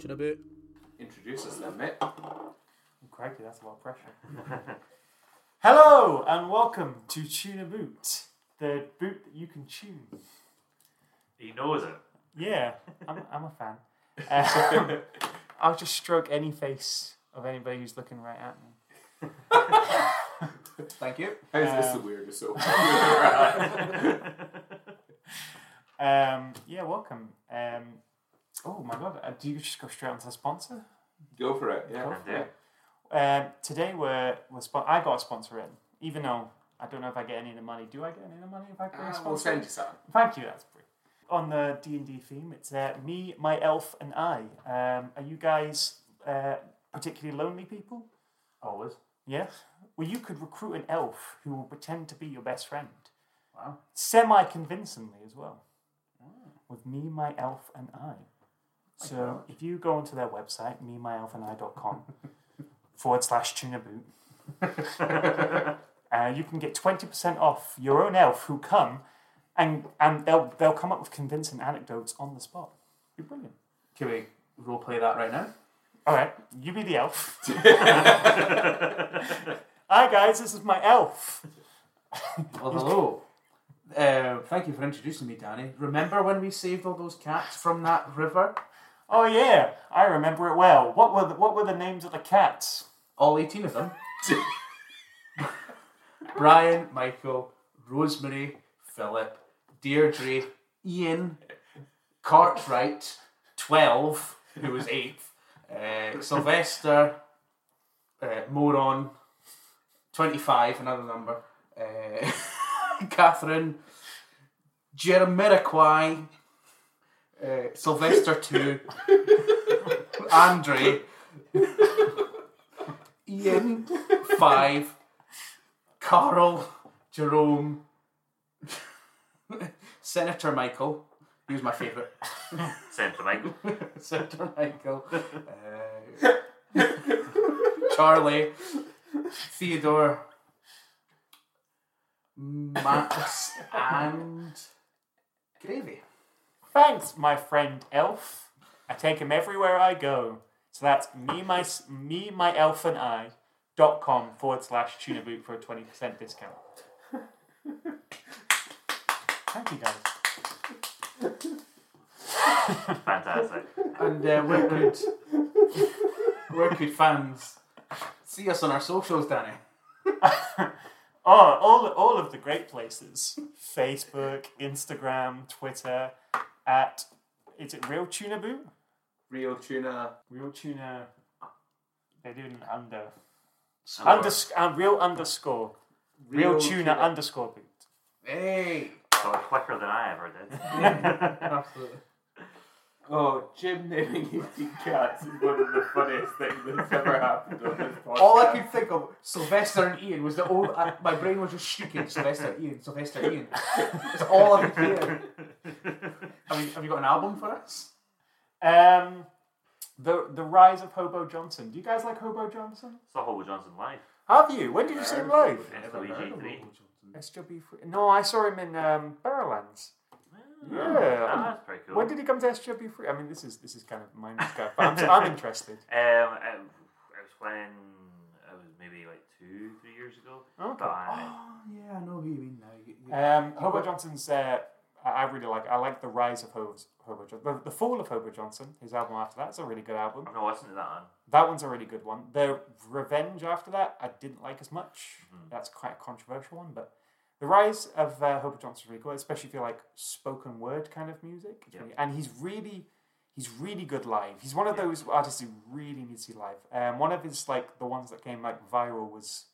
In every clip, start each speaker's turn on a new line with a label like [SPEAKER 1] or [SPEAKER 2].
[SPEAKER 1] talking about?
[SPEAKER 2] Introduce us then, mate.
[SPEAKER 3] Crikey, that's a lot of pressure. Hello and welcome to Tune a Boot, the boot that you can tune.
[SPEAKER 4] He knows it.
[SPEAKER 3] Yeah, I'm, I'm a fan. Um, I'll just stroke any face of anybody who's looking right at me.
[SPEAKER 1] Thank you.
[SPEAKER 2] How is this the
[SPEAKER 3] Um,
[SPEAKER 2] weirdest opening we've ever had?
[SPEAKER 3] Um, yeah, welcome. Um, oh my god, uh, do you just go straight onto the sponsor?
[SPEAKER 2] Go for it. Yeah.
[SPEAKER 3] Go
[SPEAKER 4] for it.
[SPEAKER 3] Um, today we're, we're spon- I got a sponsor in, even though I don't know if I get any of the money. Do I get any of the money if I get a
[SPEAKER 2] Ah,
[SPEAKER 3] sponsor?
[SPEAKER 2] we'll
[SPEAKER 3] in?
[SPEAKER 2] send you some.
[SPEAKER 3] Thank you. That's brilliant. On the D and D theme, it's uh, me, my elf, and I. Um, are you guys uh, particularly lonely people?
[SPEAKER 4] Always.
[SPEAKER 3] Yes. Well, you could recruit an elf who will pretend to be your best friend,
[SPEAKER 4] Wow. Hmm.
[SPEAKER 3] semi convincingly as well. With me, my elf, and I. So if you go onto their website, me, my elf, and I.com forward slash tuna boot, uh, you can get 20% off your own elf who come and, and they'll, they'll come up with convincing anecdotes on the spot. Be brilliant.
[SPEAKER 4] Can we role play that right now?
[SPEAKER 3] All right, you be the elf. Hi guys, this is my elf.
[SPEAKER 5] Well, hello. Uh, thank you for introducing me, Danny. Remember when we saved all those cats from that river?
[SPEAKER 3] Oh yeah, I remember it well. What were the, what were the names of the cats?
[SPEAKER 5] All 18 of them. Brian, Michael, Rosemary, Philip, Deirdre, Ian, Cartwright, 12, who was 8th, uh, Sylvester, uh, Moron, 25, another number, uh, Catherine, Jeremiroquai, uh, Sylvester 2, Andre, Ian, five. Carl, Jerome, Senator Michael. He was my favourite.
[SPEAKER 4] Send to Michael.
[SPEAKER 5] Senator Michael. Uh, Charlie, Theodore, Max, and Gravy.
[SPEAKER 3] Thanks, my friend elf. I take him everywhere I go. So that's me my s- me my elf and I dot com forward slash tuna boot for a twenty percent discount. Thank you guys.
[SPEAKER 4] Fantastic.
[SPEAKER 5] And uh, where could where could fans see us on our socials, Danny?
[SPEAKER 3] Oh, all all of the great places: Facebook, Instagram, Twitter. At is it Real Tuna Boot?
[SPEAKER 2] Real tuna.
[SPEAKER 3] Real Tuna. They're doing an under.
[SPEAKER 2] Score.
[SPEAKER 3] Unders- uh, real underscore. Real, tuna, underscore boot.
[SPEAKER 5] Hey,
[SPEAKER 4] So quicker than I ever did.
[SPEAKER 5] absolutely.
[SPEAKER 2] Oh, Jim naming 18 cats is one of the funniest things that's ever happened on this podcast.
[SPEAKER 5] All I could think of, Sylvester and Ian, was the old. I, my brain was just shrieking, Sylvester, Ian, Sylvester, Ian. That's all I could hear. Have you, have you got an album for us?
[SPEAKER 3] Um, the the rise of Hobo Johnson. Do you guys like Hobo Johnson?
[SPEAKER 4] Saw Hobo Johnson live.
[SPEAKER 3] Have you? When did you see him live?
[SPEAKER 4] SLEG three.
[SPEAKER 3] SJB. No, I saw him in um, Barrowlands.
[SPEAKER 4] Ah,
[SPEAKER 3] Yeah.
[SPEAKER 4] that's pretty cool.
[SPEAKER 3] When did he come to SJB three? I mean, this is this is kind of mind stuff, but I'm, I'm interested.
[SPEAKER 4] Um, it, it was when I was maybe like two, three years ago.
[SPEAKER 3] Okay.
[SPEAKER 4] But I-
[SPEAKER 5] Oh, yeah, I know who you mean now. You- you-
[SPEAKER 3] Um, Hobo Johnson's. Uh, I I really like. I like the rise of Hobo, Hobo Johnson. The, the fall of Hobo Johnson. His album after that's a really good album.
[SPEAKER 4] I've not listened to that one.
[SPEAKER 3] That one's a really good one. The Revenge after that, I didn't like as much.
[SPEAKER 4] Mm-hmm.
[SPEAKER 3] That's quite a controversial one, but the rise of uh, Hope Johnson's really cool, especially if you like spoken word kind of music. It's
[SPEAKER 4] Yeah.
[SPEAKER 3] really- and he's really, he's really good live. He's one of
[SPEAKER 4] Yeah.
[SPEAKER 3] those artists who really needs to see live. Um, one of his like the ones that came like viral was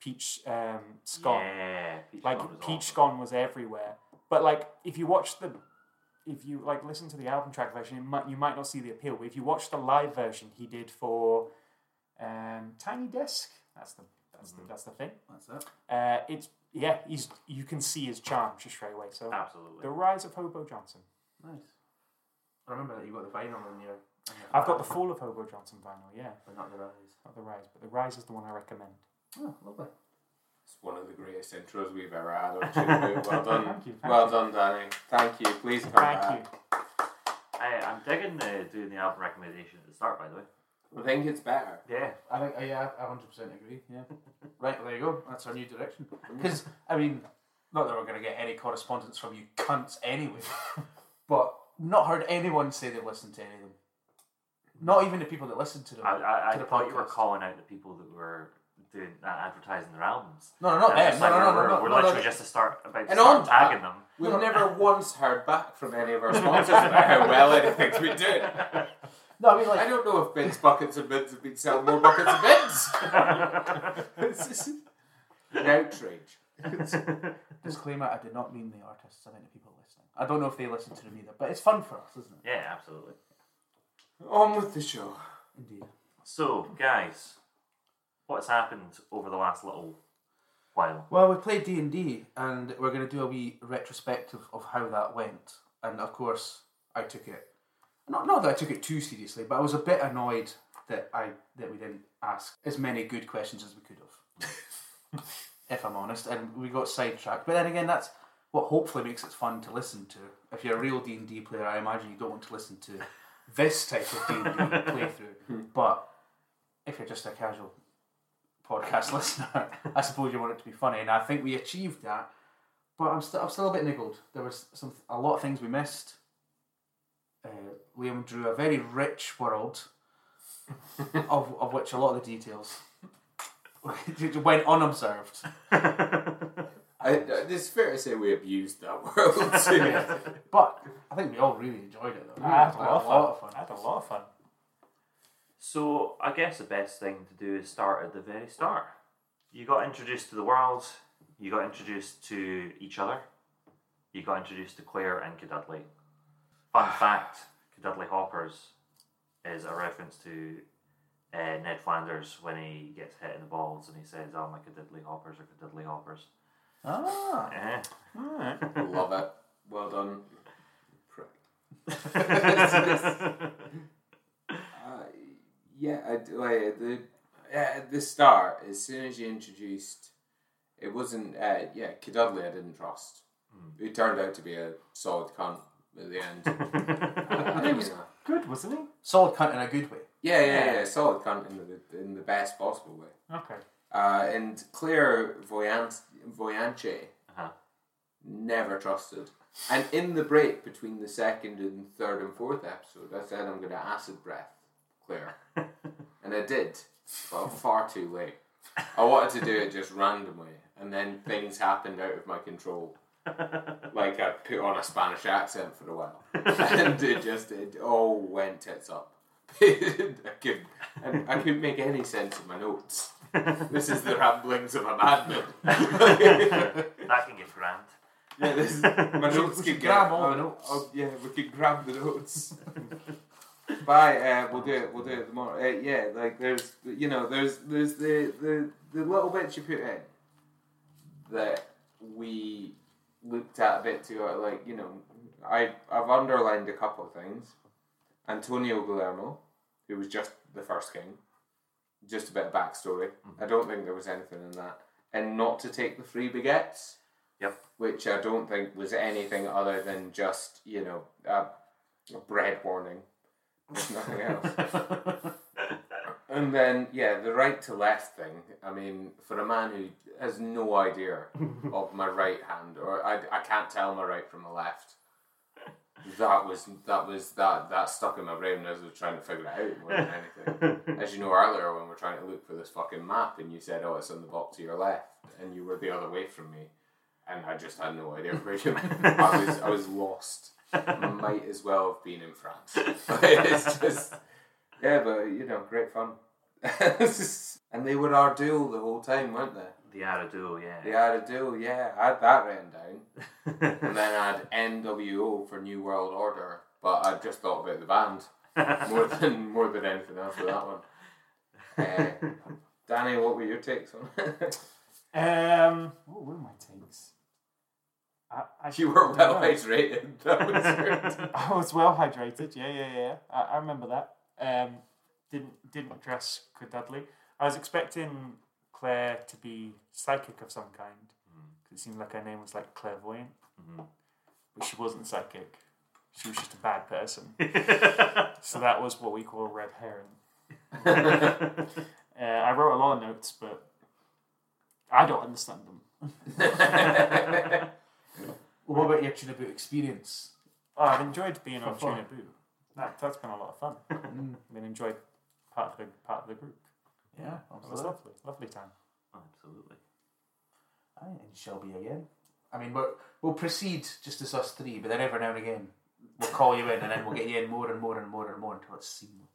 [SPEAKER 3] Peach um, Scone
[SPEAKER 4] Yeah. Peach
[SPEAKER 3] like
[SPEAKER 4] Scone was
[SPEAKER 3] peach
[SPEAKER 4] awesome.
[SPEAKER 3] scone was everywhere but like if you watch the if you like listen to the album track version it might, you might not see the appeal but if you watch the live version he did for um, tiny desk that's the that's the that's the thing
[SPEAKER 5] Mm-hmm. That's it.
[SPEAKER 3] uh, it's yeah he's you can see his charm just straight away so
[SPEAKER 4] Absolutely.
[SPEAKER 3] the rise of hobo johnson
[SPEAKER 5] Nice. I remember that you got the vinyl on your. on your
[SPEAKER 3] i've got the fall of hobo johnson vinyl yeah
[SPEAKER 5] But not the rise.
[SPEAKER 3] not the rise but the rise is the one i recommend
[SPEAKER 5] Oh, lovely.
[SPEAKER 2] It's one of the greatest intros we've ever had on Jim Boot. Well done.
[SPEAKER 3] Thank you, thank
[SPEAKER 2] well
[SPEAKER 3] you.
[SPEAKER 2] done, Danny. Thank you. Please come
[SPEAKER 3] thank
[SPEAKER 2] back.
[SPEAKER 3] you
[SPEAKER 4] Um, I, I'm digging the, doing the album recommendation at the start, by the way.
[SPEAKER 2] I think it's better.
[SPEAKER 4] Yeah.
[SPEAKER 5] I think, oh, yeah, I 100% agree.
[SPEAKER 3] Yeah.
[SPEAKER 5] Right, well, there you go. That's our new direction. Because, I mean, not that we're going to get any correspondence from you cunts anyway, but not heard anyone say they listened to any of them. Not even the people that listened to them.
[SPEAKER 4] I, I, I
[SPEAKER 5] To the
[SPEAKER 4] thought you were
[SPEAKER 5] podcast.
[SPEAKER 4] calling out the people that were doing uh, advertising their albums.
[SPEAKER 5] no, no, not
[SPEAKER 4] And
[SPEAKER 5] them.
[SPEAKER 4] it's
[SPEAKER 5] Oh, No,
[SPEAKER 4] like
[SPEAKER 5] no, no,
[SPEAKER 4] we're,
[SPEAKER 5] no, no,
[SPEAKER 4] we're
[SPEAKER 5] no,
[SPEAKER 4] literally
[SPEAKER 5] no.
[SPEAKER 4] just to start about to
[SPEAKER 2] And
[SPEAKER 4] start
[SPEAKER 2] on
[SPEAKER 4] tagging them.
[SPEAKER 2] We've never once heard back from any of our sponsors about how well anything's been doing.
[SPEAKER 5] No, I mean,
[SPEAKER 2] I
[SPEAKER 5] like,
[SPEAKER 2] don't know if Bins Buckets and Bins have been selling more buckets of bins. It's just an outrage.
[SPEAKER 5] disclaimer, I did not mean the artists, I meant the people listening. I don't know if they listened to them either, but it's fun for us, isn't it?
[SPEAKER 4] yeah, absolutely.
[SPEAKER 2] On with the show.
[SPEAKER 5] Indeed.
[SPEAKER 4] So, guys, what's happened over the last little while?
[SPEAKER 5] Well, we played D and D, and we're going to do a wee retrospective of how that went. And of course, I took it not not that I took it too seriously, but I was a bit annoyed that I that we didn't ask as many good questions as we could have. if I'm honest, and we got sidetracked. But then again, that's what hopefully makes it fun to listen to. If you're a real D and D player, I imagine you don't want to listen to this type of D and D playthrough. But if you're just a casual podcast listener, I suppose you want it to be funny, and I think we achieved that. But I'm still I'm still a bit niggled. There was some a lot of things we missed. Uh, Liam drew a very rich world, of of which a lot of the details went unobserved.
[SPEAKER 2] I, it's fair to say we abused that world. too.
[SPEAKER 5] But I think we all really enjoyed it. Though. We
[SPEAKER 3] I had a
[SPEAKER 5] had
[SPEAKER 3] lot of fun.
[SPEAKER 5] a lot of fun.
[SPEAKER 3] I had a lot of fun.
[SPEAKER 4] So, I guess the best thing to do is start at the very start. You got introduced to the world, you got introduced to each other, you got introduced to Claire and Cadudley. Fun fact Cadudley Hoppers is a reference to uh, Ned Flanders when he gets hit in the balls and he says, Oh, my Cadudley Hoppers are Cadudley Hoppers.
[SPEAKER 5] Ah,
[SPEAKER 4] Eh.
[SPEAKER 3] Alright.
[SPEAKER 2] Love it. Well done. Prick. Uh, yeah, I, d- like the yeah, at the start, as soon as you introduced, it wasn't uh, yeah, Kidudley I didn't trust. He turned out to be a solid cunt at the end.
[SPEAKER 3] And it was good, wasn't it?
[SPEAKER 5] solid cunt in a good way.
[SPEAKER 2] yeah, yeah, yeah, solid cunt in the in the best possible way.
[SPEAKER 3] Okay.
[SPEAKER 2] Uh, and Claire Voyance, Voyanche
[SPEAKER 4] Uh-huh.
[SPEAKER 2] never trusted. And in the break between the second and third and fourth episode, I said I'm going to acid breath Claire. and I did, but far too late. I wanted to do it just randomly, and then things happened out of my control. like I put on a Spanish accent for a while, and it just it all went tits up. I could I, I couldn't make any sense of my notes. This is the ramblings of a madman.
[SPEAKER 4] that can get grand.
[SPEAKER 2] yeah, this is, my notes
[SPEAKER 5] We
[SPEAKER 2] could
[SPEAKER 5] should
[SPEAKER 2] get
[SPEAKER 5] grab all the
[SPEAKER 2] oh,
[SPEAKER 5] notes.
[SPEAKER 2] oh, yeah, we could grab the notes. Bye. Uh, we'll do it. We'll do it tomorrow. Uh, yeah, like there's you know there's there's the the the little bits you put in that we looked at a bit too. uh, Like you know, I I've underlined a couple of things. Antonio Guillermo, who was just the first king, just a bit of backstory. I don't think there was anything in that, and not to take the free baguettes
[SPEAKER 4] Yep.
[SPEAKER 2] which I don't think was anything other than just you know a, a bread warning, There's nothing else. and then yeah, the right to left thing. I mean, for a man who has no idea of my right hand, or I, I can't tell my right from my left. That was that was that that stuck in my brain as I was trying to figure it out more than anything as you know earlier when we we're trying to look for this fucking map and you said oh it's on the box to your left and you were the other way from me and i just had no idea where you i was i was lost might as well have been in france it's just yeah but you know great fun and they were our duel the whole time weren't they
[SPEAKER 4] The Araduo, yeah.
[SPEAKER 2] they had a duel yeah i had that written down and then i had nwo for new world order but i just thought about the band more than more than anything else with that one. Uh, Danny, what were your takes on it?
[SPEAKER 3] Um, what were my takes? I, I
[SPEAKER 2] you were well
[SPEAKER 3] I,
[SPEAKER 2] hydrated. That was your
[SPEAKER 3] I was well hydrated. Yeah, yeah, yeah. I, I remember that. Um, didn't didn't dress Claire Dudley. I was expecting Claire to be psychic of some kind.
[SPEAKER 2] Mm. Mm-hmm.
[SPEAKER 3] 'cause It seemed like her name was like clairvoyant,
[SPEAKER 4] Mhm.
[SPEAKER 3] but she wasn't psychic. She was just a bad person. so that was what we call a red herring. Uh, I wrote a lot of notes, but I don't understand them.
[SPEAKER 5] Well, what about your tuna boot experience?
[SPEAKER 3] Oh, I've enjoyed being on
[SPEAKER 5] fun.
[SPEAKER 3] Tuna Boo. That, that's been a lot of fun. I've been enjoyed part of the, part of the group.
[SPEAKER 5] Mm, Yeah,
[SPEAKER 3] It was lovely. Lovely time.
[SPEAKER 4] Absolutely.
[SPEAKER 5] Aye, and Shelby again. I mean, we're, we'll proceed just as us three, but then every now and again we'll call you in, and then we'll get you in more and more and more and more until it's seamless.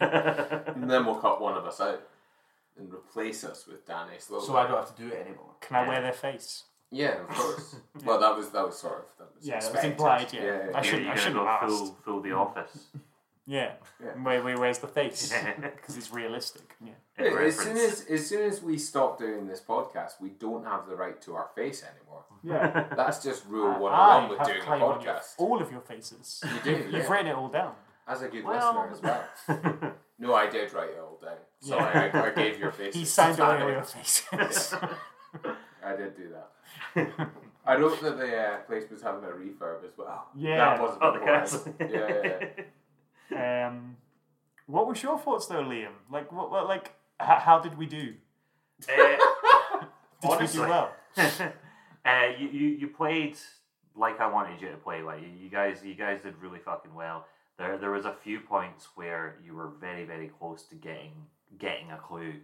[SPEAKER 2] And then we'll cut one of us out and replace us with Danny slowly.
[SPEAKER 5] So I don't have to do it anymore.
[SPEAKER 3] Can I wear their face?
[SPEAKER 2] yeah, of course. Well, that was that was sort of that was
[SPEAKER 3] Yeah, that was
[SPEAKER 2] expected.
[SPEAKER 3] implied, yeah.
[SPEAKER 2] yeah,
[SPEAKER 3] I
[SPEAKER 2] yeah.
[SPEAKER 3] should-
[SPEAKER 4] You're, you're
[SPEAKER 3] shouldn't
[SPEAKER 4] going to go
[SPEAKER 3] have
[SPEAKER 4] full, full the office.
[SPEAKER 3] Yeah.
[SPEAKER 2] Yeah.
[SPEAKER 3] Where, where, where's the face?
[SPEAKER 4] Yeah.
[SPEAKER 3] Because it's realistic. Yeah.
[SPEAKER 4] In
[SPEAKER 2] Yeah, as soon
[SPEAKER 4] reference.
[SPEAKER 2] as as soon as we stop doing this podcast, we don't have the right to our face anymore.
[SPEAKER 3] Yeah.
[SPEAKER 2] That's just rule one
[SPEAKER 3] I
[SPEAKER 2] one with
[SPEAKER 3] Ah, have
[SPEAKER 2] doing a
[SPEAKER 3] claim on your-
[SPEAKER 2] podcast.
[SPEAKER 3] all of your faces.
[SPEAKER 2] You do,
[SPEAKER 3] You've
[SPEAKER 2] yeah.
[SPEAKER 3] written it all down.
[SPEAKER 2] as a good
[SPEAKER 4] Well-
[SPEAKER 2] listener as well. No, I did write it all down. Sorry, I, I gave your face.
[SPEAKER 3] He signed away all your faces.
[SPEAKER 2] I did do that. I wrote that the uh, place was having a refurb as well.
[SPEAKER 3] Yeah.
[SPEAKER 2] that was
[SPEAKER 4] Oh, the
[SPEAKER 2] before I-
[SPEAKER 4] castle.
[SPEAKER 2] Yeah, yeah, yeah.
[SPEAKER 3] um, what was your thoughts though, Liam? Like, what, what like, h- how did we do?
[SPEAKER 4] Uh,
[SPEAKER 3] Did
[SPEAKER 4] honestly,
[SPEAKER 3] we do well?
[SPEAKER 4] uh, you, you you played like I wanted you to play. Like you, you guys, you guys did really fucking well. There there was a few points where you were very very close to getting getting a clue,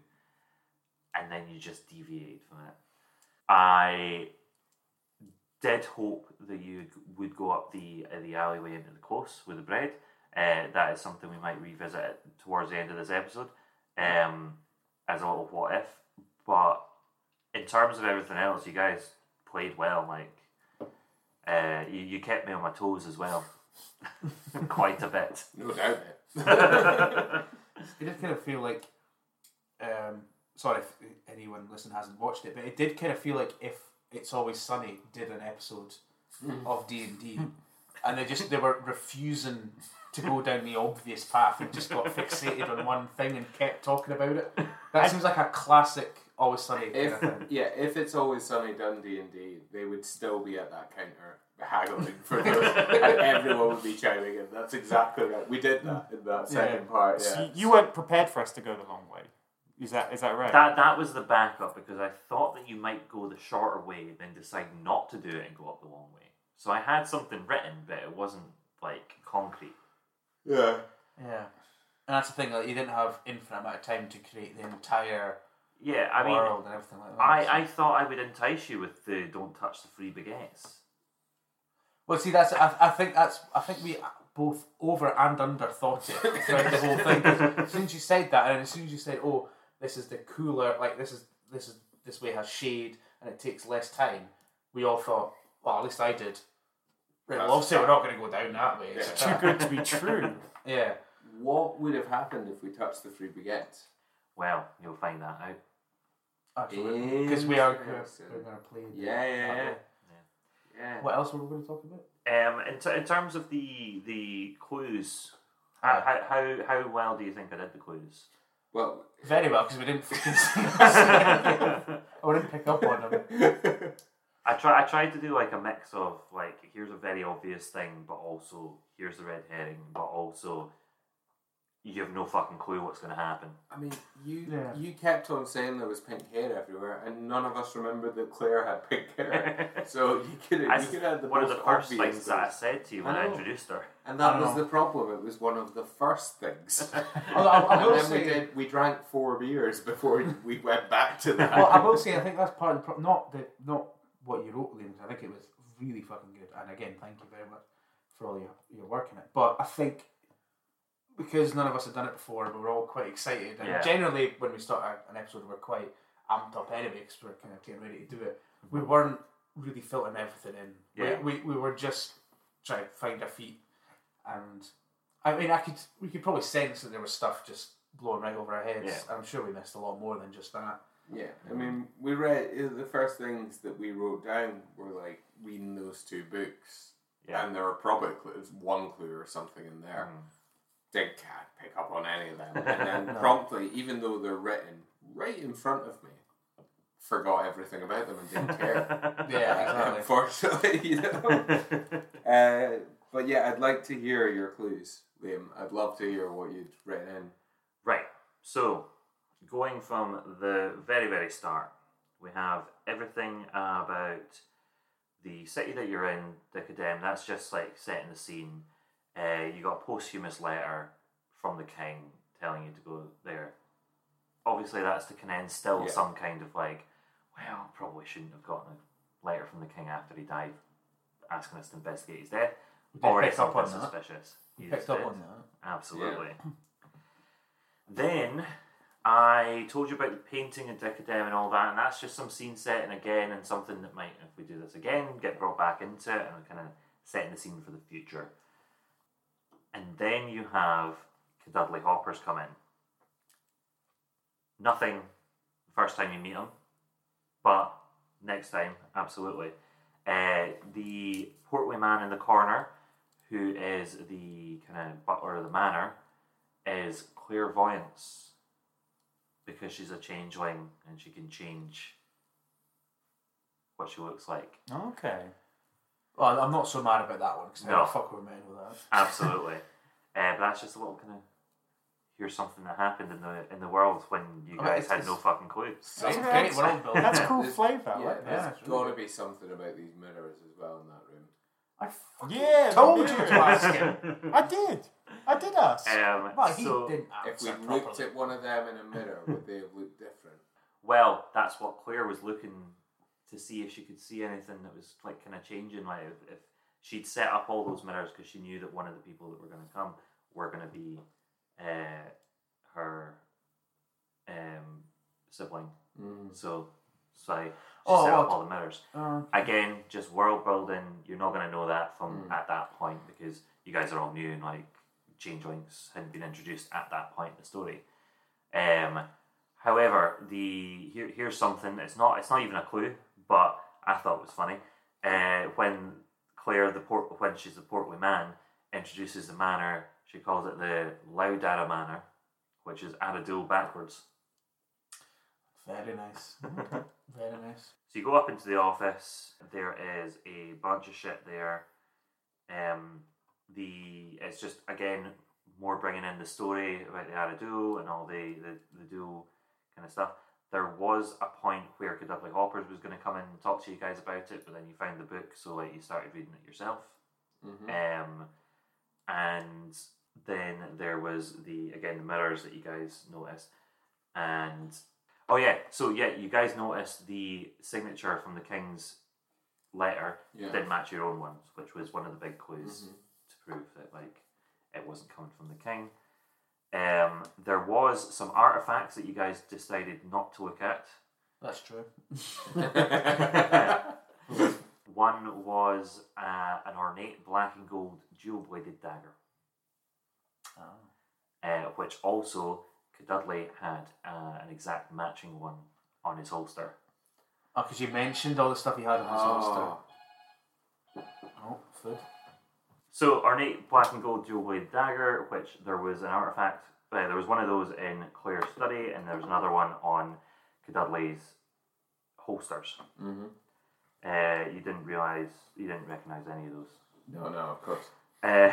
[SPEAKER 4] and then you just deviated from it. I did hope that you would go up the uh, the alleyway into the close with the bread. Uh, that is something we might revisit towards the end of this episode, um, as a little what if. But in terms of everything else, you guys played well. Like, uh, you, you kept me on my toes as well, quite a bit.
[SPEAKER 2] No doubt it.
[SPEAKER 5] It did kind of feel like, um, sorry if anyone listening hasn't watched it, but it did kind of feel like if It's Always Sunny did an episode of D and D, and they just they were refusing to go down the obvious path and just got fixated on one thing and kept talking about it. That seems like a classic Always Sunny kind
[SPEAKER 2] If
[SPEAKER 5] of thing.
[SPEAKER 2] yeah, if it's always sunny Dundee and D, they would still be at that counter haggling for those, and everyone would be chiming in. That's exactly right. We did that in that second part. Yeah.
[SPEAKER 3] So you- you weren't prepared for us to go the long way. Is that is that right?
[SPEAKER 4] That that was the backup because I thought that you might go the shorter way, then decide not to do it and go up the long way. So I had something written, but it wasn't like concrete.
[SPEAKER 2] yeah.
[SPEAKER 5] Yeah. And that's the thing, like you didn't have infinite amount of time to create the entire
[SPEAKER 4] Yeah, I mean,
[SPEAKER 5] world and everything like that.
[SPEAKER 4] I, I thought I would entice you with the "Don't touch the free baguettes."
[SPEAKER 5] well, see, that's I, I think that's I think we both over and under thought it throughout the whole thing. 'Cause As soon as you said that, and as soon as you said, "Oh, this is the cooler," like this is this is this way has shade and it takes less time, we all thought, well, at least I did. Right, well, obviously, we're not going to go down that way. It's
[SPEAKER 3] Too good to be true.
[SPEAKER 5] yeah.
[SPEAKER 2] What would have happened if we touched the free baguettes?
[SPEAKER 4] Well, you'll find that out.
[SPEAKER 5] Absolutely, because we are
[SPEAKER 2] Interesting.
[SPEAKER 5] we're going to play. the-
[SPEAKER 2] Yeah, yeah,
[SPEAKER 5] that
[SPEAKER 2] yeah.
[SPEAKER 5] way.
[SPEAKER 2] Yeah.
[SPEAKER 5] What else were we going to talk about?
[SPEAKER 4] Um, in, t- in terms of the the clues, how, how how how well do you think I did the clues?
[SPEAKER 2] Well,
[SPEAKER 5] Very well, because we didn't fucking see us. I didn't pick up on them.
[SPEAKER 4] I try I tried to do like a mix of like here's a very obvious thing, but also here's the red herring, but also you have no fucking clue what's going to happen.
[SPEAKER 2] I mean, you
[SPEAKER 5] Yeah.
[SPEAKER 2] you kept on saying there was pink hair everywhere, and none of us remembered that Claire had pink hair. so you could you
[SPEAKER 4] That's
[SPEAKER 2] could have the
[SPEAKER 4] one of
[SPEAKER 2] most
[SPEAKER 4] the first
[SPEAKER 2] obvious
[SPEAKER 4] things that I
[SPEAKER 2] clues.
[SPEAKER 4] said to you
[SPEAKER 2] I
[SPEAKER 4] when I,
[SPEAKER 2] know.
[SPEAKER 4] introduced her.
[SPEAKER 2] and that
[SPEAKER 5] I
[SPEAKER 2] was
[SPEAKER 5] know.
[SPEAKER 2] the problem. It was one of the first things.
[SPEAKER 5] Although I, I
[SPEAKER 2] and
[SPEAKER 5] will
[SPEAKER 2] then
[SPEAKER 5] say,
[SPEAKER 2] we did. We drank four beers before we went back to that.
[SPEAKER 5] well, I will say, I think that's part of the problem. Not the not what you wrote, Liam. 'cause I think it was really fucking good. And again, thank you very much for all your your work in it. But I think because none of us had done it before, we were all quite excited. And
[SPEAKER 4] Yeah.
[SPEAKER 5] generally, when we start a- an episode, we're quite amped up anyway because we're kind of getting ready to do it. We weren't really filtering everything in.
[SPEAKER 4] Mhm. Yeah.
[SPEAKER 5] We, we we were just trying to find our feet and. I mean, I could we could probably sense that there was stuff just blowing right over our heads.
[SPEAKER 4] Yeah.
[SPEAKER 5] I'm sure we missed a lot more than just that.
[SPEAKER 2] Yeah, I mean, we read uh, the first things that we wrote down were like reading those two books,
[SPEAKER 4] Yeah.
[SPEAKER 2] and there were probably clues, one clue or something in there. Didn't can't pick up on any of them, and then promptly, even though they're written right in front of me, forgot everything about them and didn't care.
[SPEAKER 5] Yeah,
[SPEAKER 4] Mm.
[SPEAKER 2] Unfortunately, you know. uh, But yeah, I'd like to hear your clues, Liam. I'd love to hear what you'd written in.
[SPEAKER 4] Right. So, going from the very, very start, we have everything about the city that you're in, the Kadem. That's just like setting the scene. Uh, you got a posthumous letter from the king telling you to go there. Obviously, that's to Canen still
[SPEAKER 2] Yeah.
[SPEAKER 4] some kind of like, well, probably shouldn't have gotten a letter from the king after he died asking us to investigate his death.
[SPEAKER 5] did
[SPEAKER 4] Already
[SPEAKER 5] pick up
[SPEAKER 4] something
[SPEAKER 5] on that.
[SPEAKER 4] suspicious. He's
[SPEAKER 5] Picked up
[SPEAKER 4] dead.
[SPEAKER 5] on that.
[SPEAKER 4] Absolutely. Then I told you about the painting and Decadem and all that, and that's just some scene setting again and something that might, if we do this again, get brought back into it and kind of setting the scene for the future. And then you have Dudley Hoppers come in. Nothing the first time you meet him, but next time, absolutely. Uh, the Portway man in the corner, who is the kind of butler of the manor, is clairvoyance because she's a changeling and she can change what she looks like.
[SPEAKER 3] Okay.
[SPEAKER 5] Well, I'm not so mad about that one because
[SPEAKER 4] No.
[SPEAKER 5] no. fuck were men with that.
[SPEAKER 4] Absolutely. uh, but that's just a little kind of here's something that happened in the in the world when you
[SPEAKER 5] Okay,
[SPEAKER 4] guys
[SPEAKER 5] it's-
[SPEAKER 4] had
[SPEAKER 5] it's-
[SPEAKER 4] no fucking clue.
[SPEAKER 5] It's
[SPEAKER 2] Something-
[SPEAKER 5] great world building.
[SPEAKER 3] That's cool flavour. I
[SPEAKER 2] Yeah,
[SPEAKER 3] like
[SPEAKER 2] there's
[SPEAKER 5] it's really
[SPEAKER 2] got to
[SPEAKER 5] good.
[SPEAKER 2] be something about these mirrors as well in that room.
[SPEAKER 5] I
[SPEAKER 3] that.
[SPEAKER 5] fucking
[SPEAKER 3] Yeah.
[SPEAKER 5] told you
[SPEAKER 3] the
[SPEAKER 5] to
[SPEAKER 3] mirror.
[SPEAKER 5] ask him.
[SPEAKER 3] I did. I did ask.
[SPEAKER 4] Um,
[SPEAKER 5] Well, he
[SPEAKER 4] so,
[SPEAKER 5] didn't
[SPEAKER 2] If we
[SPEAKER 5] answer
[SPEAKER 2] looked
[SPEAKER 5] properly.
[SPEAKER 2] at one of them in a mirror, would they have looked different?
[SPEAKER 4] well, that's what Claire was looking to see if she could see anything that was like kind of changing. Like if, if she'd set up all those mirrors because she knew that one of the people that were going to come were going to be uh, her um, sibling.
[SPEAKER 2] Mm-hmm.
[SPEAKER 4] So, so I, she
[SPEAKER 5] Oh,
[SPEAKER 4] set up
[SPEAKER 5] what?
[SPEAKER 4] all the mirrors.
[SPEAKER 5] Uh,
[SPEAKER 4] Again, just world building. You're not going to know that from at that point because you guys are all new and like changelings hadn't been introduced at that point in the story. Um, however, the here, here's something. It's not it's not even a clue, but I thought it was funny. Uh, when Claire the port when she's the portly man introduces the manor, she calls it the Laudara Manor, which is Aradul backwards.
[SPEAKER 5] very nice. very nice.
[SPEAKER 4] So you go up into the office. There is a bunch of shit there. Um, the it's just again more bringing in the story about the Aradul and all the the, the duel kind of stuff. There was a point where Cadubly Hoppers was going to come in and talk to you guys about it, but then you found the book, so like you started reading it yourself.
[SPEAKER 2] Mm-hmm.
[SPEAKER 4] Um, and then there was the again the mirrors that you guys noticed, and oh yeah, so yeah, you guys noticed the signature from the king's letter
[SPEAKER 2] Yeah.
[SPEAKER 4] didn't match your own ones, which was one of the big clues
[SPEAKER 2] Mhm.
[SPEAKER 4] to prove that like it wasn't coming from the king. Um, there was some artifacts that you guys decided not to look at.
[SPEAKER 5] That's true.
[SPEAKER 4] One was uh, an ornate black and gold dual bladed dagger.
[SPEAKER 5] Ah.
[SPEAKER 4] uh, which also Dudley had uh, an exact matching one on his holster.
[SPEAKER 5] Oh, because you mentioned all the stuff he had on his
[SPEAKER 2] Oh.
[SPEAKER 5] holster. Oh, food.
[SPEAKER 4] So ornate black and gold dual blade dagger, which there was an artifact. Uh, there was one of those in Claire's study, and there was another one on Dudley's holsters.
[SPEAKER 2] Mhm.
[SPEAKER 4] Uh, you didn't realize, you didn't recognize any of those.
[SPEAKER 2] No, no, of course.
[SPEAKER 4] Uh,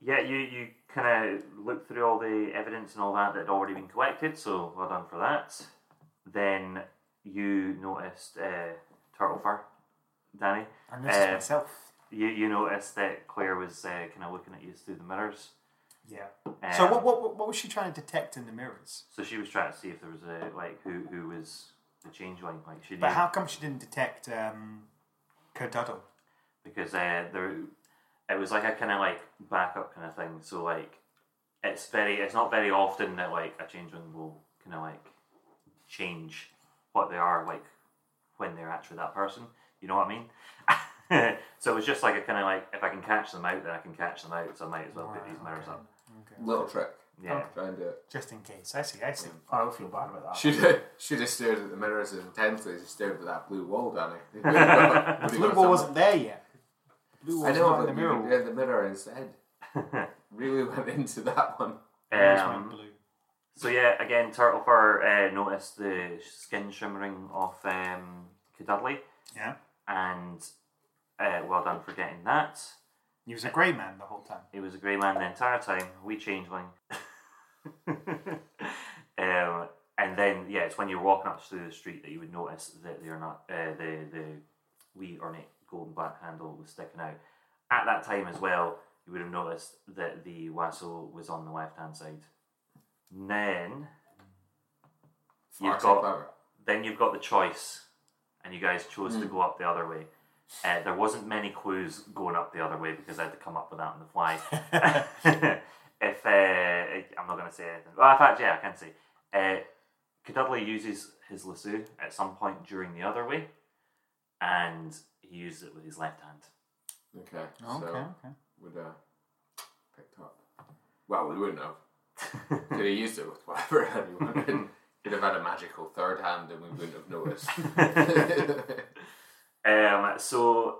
[SPEAKER 4] yeah, you you kind of looked through all the evidence and all that that had already been collected. So well done for that. Then you noticed uh, turtle fur, Danny.
[SPEAKER 3] I noticed
[SPEAKER 4] Uh,
[SPEAKER 3] myself.
[SPEAKER 4] You you noticed that Claire was uh, kind of looking at you through the mirrors.
[SPEAKER 3] Yeah.
[SPEAKER 4] Um,
[SPEAKER 3] So what, what what was she trying to detect in the mirrors?
[SPEAKER 4] So she was trying to see if there was a like who who was the changeling. Like she knew
[SPEAKER 3] But how come she didn't detect um, Kerduddle?
[SPEAKER 4] because uh, there it was like a kind of like backup kind of thing. So like it's very it's not very often that like a changeling will kind of like change what they are like when they're actually that person. You know what I mean? so it was just like a kind of like if I can catch them out, then I can catch them out. So I might as well put these mirrors up.
[SPEAKER 2] Little trick.
[SPEAKER 4] Yeah.
[SPEAKER 2] Try and do it.
[SPEAKER 3] Just in case. I see. I see.
[SPEAKER 5] I don't feel bad
[SPEAKER 3] Ah.
[SPEAKER 5] about that.
[SPEAKER 2] Should have, should have stared at the mirrors as intensely as you stared at that blue wall, Danny. Would have got- would have
[SPEAKER 3] Blue
[SPEAKER 2] got
[SPEAKER 3] wall
[SPEAKER 2] somewhere.
[SPEAKER 3] wasn't there yet. Blue wall
[SPEAKER 2] I
[SPEAKER 3] was
[SPEAKER 2] know,
[SPEAKER 3] not in
[SPEAKER 2] but
[SPEAKER 3] the
[SPEAKER 2] you
[SPEAKER 3] mirror.
[SPEAKER 2] could get the mirror instead. really went into that one.
[SPEAKER 3] That's why
[SPEAKER 4] Um,
[SPEAKER 3] blue.
[SPEAKER 4] So yeah, again, Turtle Fur uh, noticed the skin shimmering of um, Cadudley,
[SPEAKER 3] Yeah.
[SPEAKER 4] and Uh, well done for getting that.
[SPEAKER 3] He was a grey man the whole time.
[SPEAKER 4] He was a grey man the entire time. We changeling. um, and then yeah, it's when you're walking up through the street that you would notice that they're not uh, the the wee ornate golden black handle was sticking out. At that time as well, you would have noticed that the wassail was on the left hand side. Then
[SPEAKER 2] Far
[SPEAKER 4] You've
[SPEAKER 2] so
[SPEAKER 4] got-
[SPEAKER 2] clever.
[SPEAKER 4] then you've got the choice, and you guys chose to go up the other way. Uh, there wasn't many clues going up the other way because I had to come up with that on the fly. if uh, I'm not going to say anything, well, in fact, yeah, I can say. Uh, Kadudley uses his lasso at some point during the other way, and he uses it with his left hand.
[SPEAKER 2] Okay.
[SPEAKER 3] Okay,
[SPEAKER 2] So
[SPEAKER 3] okay.
[SPEAKER 2] would uh, picked up. Well, we wouldn't have. Could have used it with whatever hand he wanted. He'd have had a magical third hand, and we wouldn't have noticed.
[SPEAKER 4] Um, so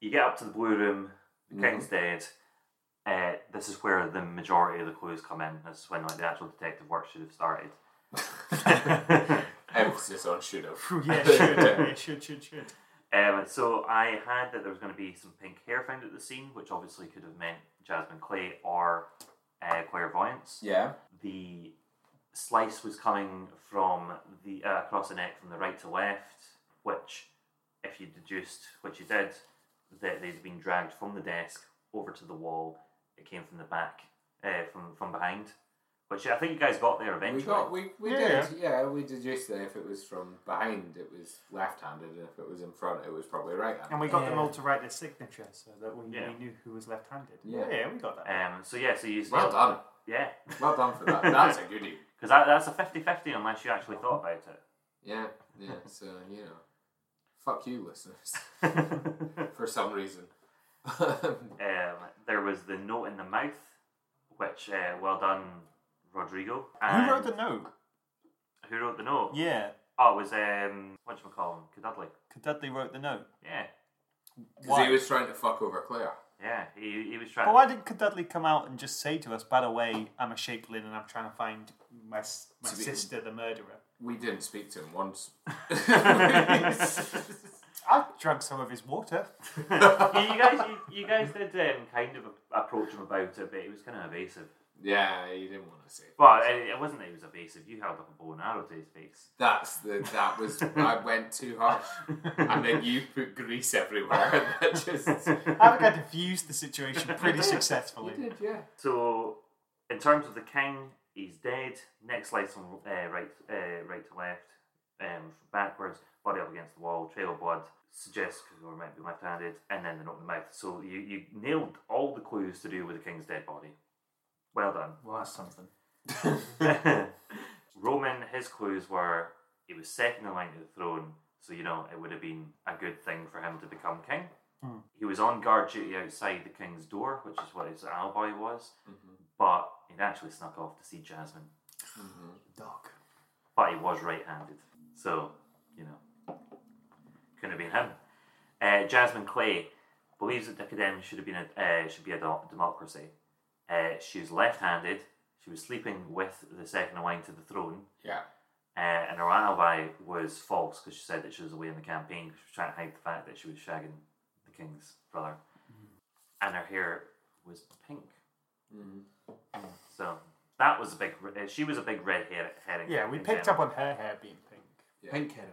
[SPEAKER 4] you get up to the blue room, the king's dead. Uh, this is where the majority of the clues come in. This is when like the actual detective work should have started.
[SPEAKER 2] Emphasis on should have.
[SPEAKER 3] Yeah, should, yeah, should, should, should.
[SPEAKER 4] um, so I had that there was going to be some pink hair found at the scene, which obviously could have meant Jasmine Clay or uh, clairvoyance.
[SPEAKER 2] Yeah.
[SPEAKER 4] The slice was coming from the uh, across the neck from the right to left, which, if you deduced, which you did, that they'd been dragged from the desk over to the wall. It came from the back, uh, from from behind, which I think you guys got there eventually.
[SPEAKER 2] We got we, we
[SPEAKER 3] Yeah.
[SPEAKER 2] did yeah we deduced that if it was from behind it was left handed and if it was in front it was probably right handed.
[SPEAKER 3] And we got
[SPEAKER 5] Yeah.
[SPEAKER 3] them all to write their signature so that we,
[SPEAKER 4] Yeah.
[SPEAKER 3] we knew who was left handed.
[SPEAKER 2] Yeah.
[SPEAKER 3] we got that.
[SPEAKER 4] Um, so yeah, so you
[SPEAKER 2] Well done,
[SPEAKER 4] yeah,
[SPEAKER 2] well done for that. That's a goodie.
[SPEAKER 4] because that, that's a 50-50 unless you actually thought about
[SPEAKER 2] Yeah, yeah. So you know, fuck you, listeners,
[SPEAKER 4] it.
[SPEAKER 2] for some reason.
[SPEAKER 4] um, there was the note in the mouth, which uh, well done, Rodrigo. Uh, And
[SPEAKER 3] who wrote the note?
[SPEAKER 4] who wrote the note?
[SPEAKER 3] Yeah,
[SPEAKER 4] Oh, it was um, what you call him, Cadudley.
[SPEAKER 3] Dudley wrote the note.
[SPEAKER 4] Yeah,
[SPEAKER 2] Because he was trying to fuck over Claire.
[SPEAKER 4] yeah. He, he was trying.
[SPEAKER 3] But why didn't Dudley come out and just say to us, by the way, I'm a shakelin and I'm trying to find my, s- my
[SPEAKER 2] To be-
[SPEAKER 3] sister, the murderer?
[SPEAKER 2] We didn't speak to him once.
[SPEAKER 3] I drank some of his water.
[SPEAKER 4] Yeah, you guys, you, you guys did um, kind of approach him about it, but he was kind of evasive.
[SPEAKER 2] yeah, he didn't want to say.
[SPEAKER 4] Well, it, it wasn't that he was evasive. You held up a bow and arrow to his face.
[SPEAKER 2] That's the that was I went too harsh, and then you put grease everywhere, and that just
[SPEAKER 3] I think I diffused the situation pretty successfully.
[SPEAKER 2] you did, yeah.
[SPEAKER 4] So, in terms of the king, he's dead. Next slice from uh, right, uh, right to left, um, from backwards, body up against the wall, trail of blood. Suggests or might be left-handed, and then the note in the mouth. So you you nailed all the clues to do with the king's dead body. Well done.
[SPEAKER 5] Well, that's something.
[SPEAKER 4] Roman, his clues were he was second in line to the throne, so you know it would have been a good thing for him to become king. He was on guard duty outside the king's door, which is what his alibi was, but he'd actually snuck off to see Jasmine.
[SPEAKER 3] Dog.
[SPEAKER 4] But he was right handed, so you know, couldn't have been him. Uh, Jasmine Clay believes that Decadem should have been a, uh, should be a demo- democracy. Uh, she was left handed, she was sleeping with the second in line to the throne.
[SPEAKER 2] Yeah.
[SPEAKER 4] Uh, and her alibi was false because she said that she was away in the campaign because she was trying to hide the fact that she was shagging the king's brother.
[SPEAKER 3] Mm-hmm.
[SPEAKER 4] And her hair was pink. So that was a big, re- uh, she was a big red her- herring.
[SPEAKER 3] Yeah, we
[SPEAKER 4] in
[SPEAKER 3] picked up
[SPEAKER 4] general.
[SPEAKER 3] on her hair being pink.
[SPEAKER 5] Pink Heron.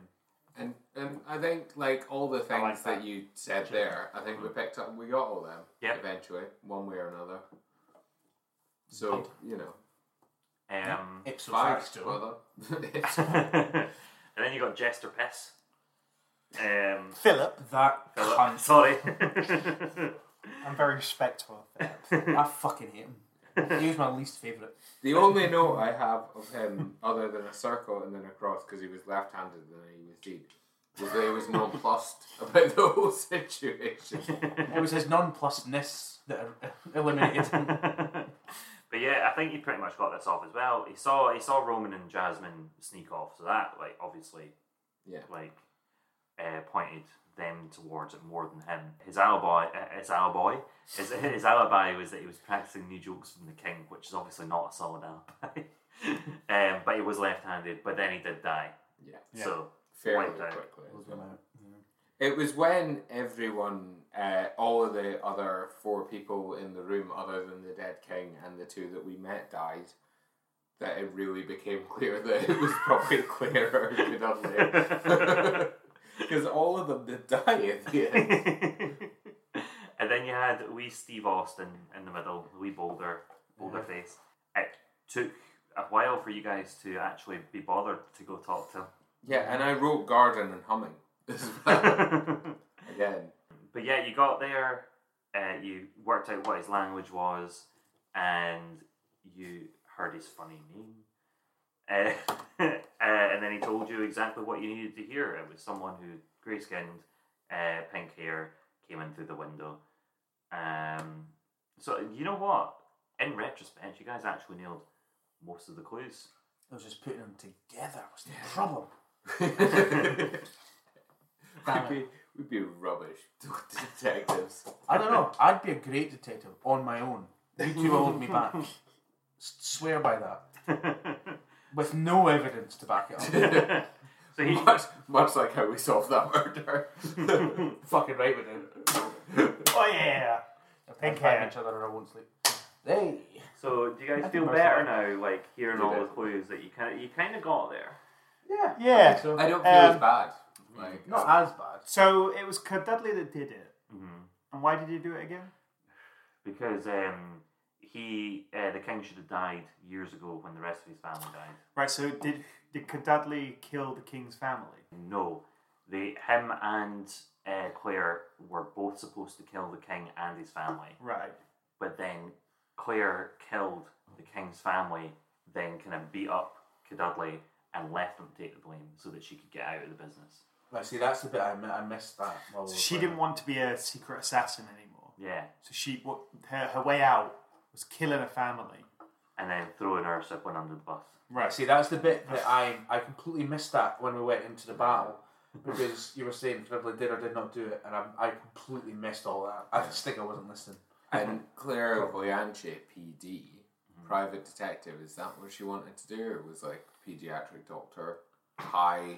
[SPEAKER 2] And and I think like all the things
[SPEAKER 3] like
[SPEAKER 2] that. Mm-hmm.
[SPEAKER 3] that.
[SPEAKER 2] you said there, I think we picked up. We got all them.
[SPEAKER 4] Yeah.
[SPEAKER 2] Eventually, one way or another. So you know,
[SPEAKER 4] Um,
[SPEAKER 5] Ipso
[SPEAKER 2] five.
[SPEAKER 5] facto.
[SPEAKER 2] Well
[SPEAKER 4] and then you got Jester Piss. Um,
[SPEAKER 3] Philip.
[SPEAKER 5] That
[SPEAKER 4] I'm
[SPEAKER 5] cunt.
[SPEAKER 4] sorry.
[SPEAKER 3] I'm very respectful of Philip.
[SPEAKER 5] I fucking hate him. He was my least favourite.
[SPEAKER 2] the only note I have of him, other than a circle and then a cross, because he was left-handed and he was deep, was that he was nonplussed about the whole situation.
[SPEAKER 5] It was his nonplusedness that er, eliminated him.
[SPEAKER 4] but yeah, I think he pretty much got this off as well. He saw he saw Roman and Jasmine sneak off, so that like obviously
[SPEAKER 2] Yeah.
[SPEAKER 4] like uh, pointed them towards it more than him. His alibi, uh, his alibi, his, his alibi was that he was practicing new jokes from the king, which is obviously not a solid alibi. um, but he was left-handed, but then he did die,
[SPEAKER 2] Yeah.
[SPEAKER 4] so
[SPEAKER 2] Fairly
[SPEAKER 4] Wiped out.
[SPEAKER 2] quickly. as well. It was when everyone, uh, all of the other four people in the room, other than the dead king and the two that we met, died, that it really became clear that it was probably clearer to Dudley. Because all of them did die at the end.
[SPEAKER 4] and then you had wee Steve Austin in the middle, the wee boulder, boulder face. It took a while for you guys to actually be bothered to go talk to
[SPEAKER 2] Yeah, and I wrote garden and humming as well.
[SPEAKER 4] him.
[SPEAKER 2] Again,
[SPEAKER 4] but yeah, you got there, uh, you worked out what his language was, and you heard his funny name. Uh, uh, and then he told you exactly what you needed to hear. It was someone who grey skinned, uh, pink hair, came in through the window. Um, so, you know what? In retrospect, you guys actually nailed most of the clues.
[SPEAKER 5] It was just putting them together was the problem.
[SPEAKER 2] we'd be, we'd be rubbish detectives.
[SPEAKER 5] I don't know. I'd be a great detective on my own. You two will hold me back. S- swear by that. With no evidence to back it up.
[SPEAKER 4] So he,
[SPEAKER 2] Much, much like how we solved that murder.
[SPEAKER 5] Fucking right we did.
[SPEAKER 3] Oh yeah, pink hair.
[SPEAKER 5] each other or I won't sleep. Hey.
[SPEAKER 4] so do you guys
[SPEAKER 5] think
[SPEAKER 4] feel
[SPEAKER 5] most
[SPEAKER 4] better
[SPEAKER 5] of
[SPEAKER 4] now, like hearing all
[SPEAKER 2] do.
[SPEAKER 4] the clues that you kind of you kind of got there?
[SPEAKER 5] Yeah.
[SPEAKER 3] Yeah.
[SPEAKER 5] I think so.
[SPEAKER 2] I don't feel
[SPEAKER 3] Um,
[SPEAKER 2] as bad. Like,
[SPEAKER 5] Not as bad.
[SPEAKER 3] So it was Cud Dudley that did it,
[SPEAKER 4] Mm-hmm.
[SPEAKER 3] and why did he do it again?
[SPEAKER 4] because um, he uh, the king should have died years ago when the rest of his family died.
[SPEAKER 3] Right. So did did Cud Dudley kill the king's family?
[SPEAKER 4] No, they him and uh, Claire were both supposed to kill the king and his family,
[SPEAKER 3] Right.
[SPEAKER 4] but then Claire killed the king's family, then kind of beat up Cadudley and left him to take the blame so that she could get out of the business.
[SPEAKER 5] I see, that's the bit I, mi- I missed that. while we
[SPEAKER 3] So
[SPEAKER 5] were
[SPEAKER 3] she
[SPEAKER 5] playing.
[SPEAKER 3] didn't want to be a secret assassin anymore.
[SPEAKER 4] Yeah,
[SPEAKER 3] So she what her, her way out was killing her family.
[SPEAKER 4] and then throwing her sibling under the bus.
[SPEAKER 5] Right, see, that's the bit that I I completely missed that when we went into the battle because you were saying Dribbler did or did not do it, and I, I completely missed all that. I just think I wasn't listening.
[SPEAKER 2] and Claire Voyanche, PD, private detective, is that what she wanted to do? Or was like pediatric doctor, high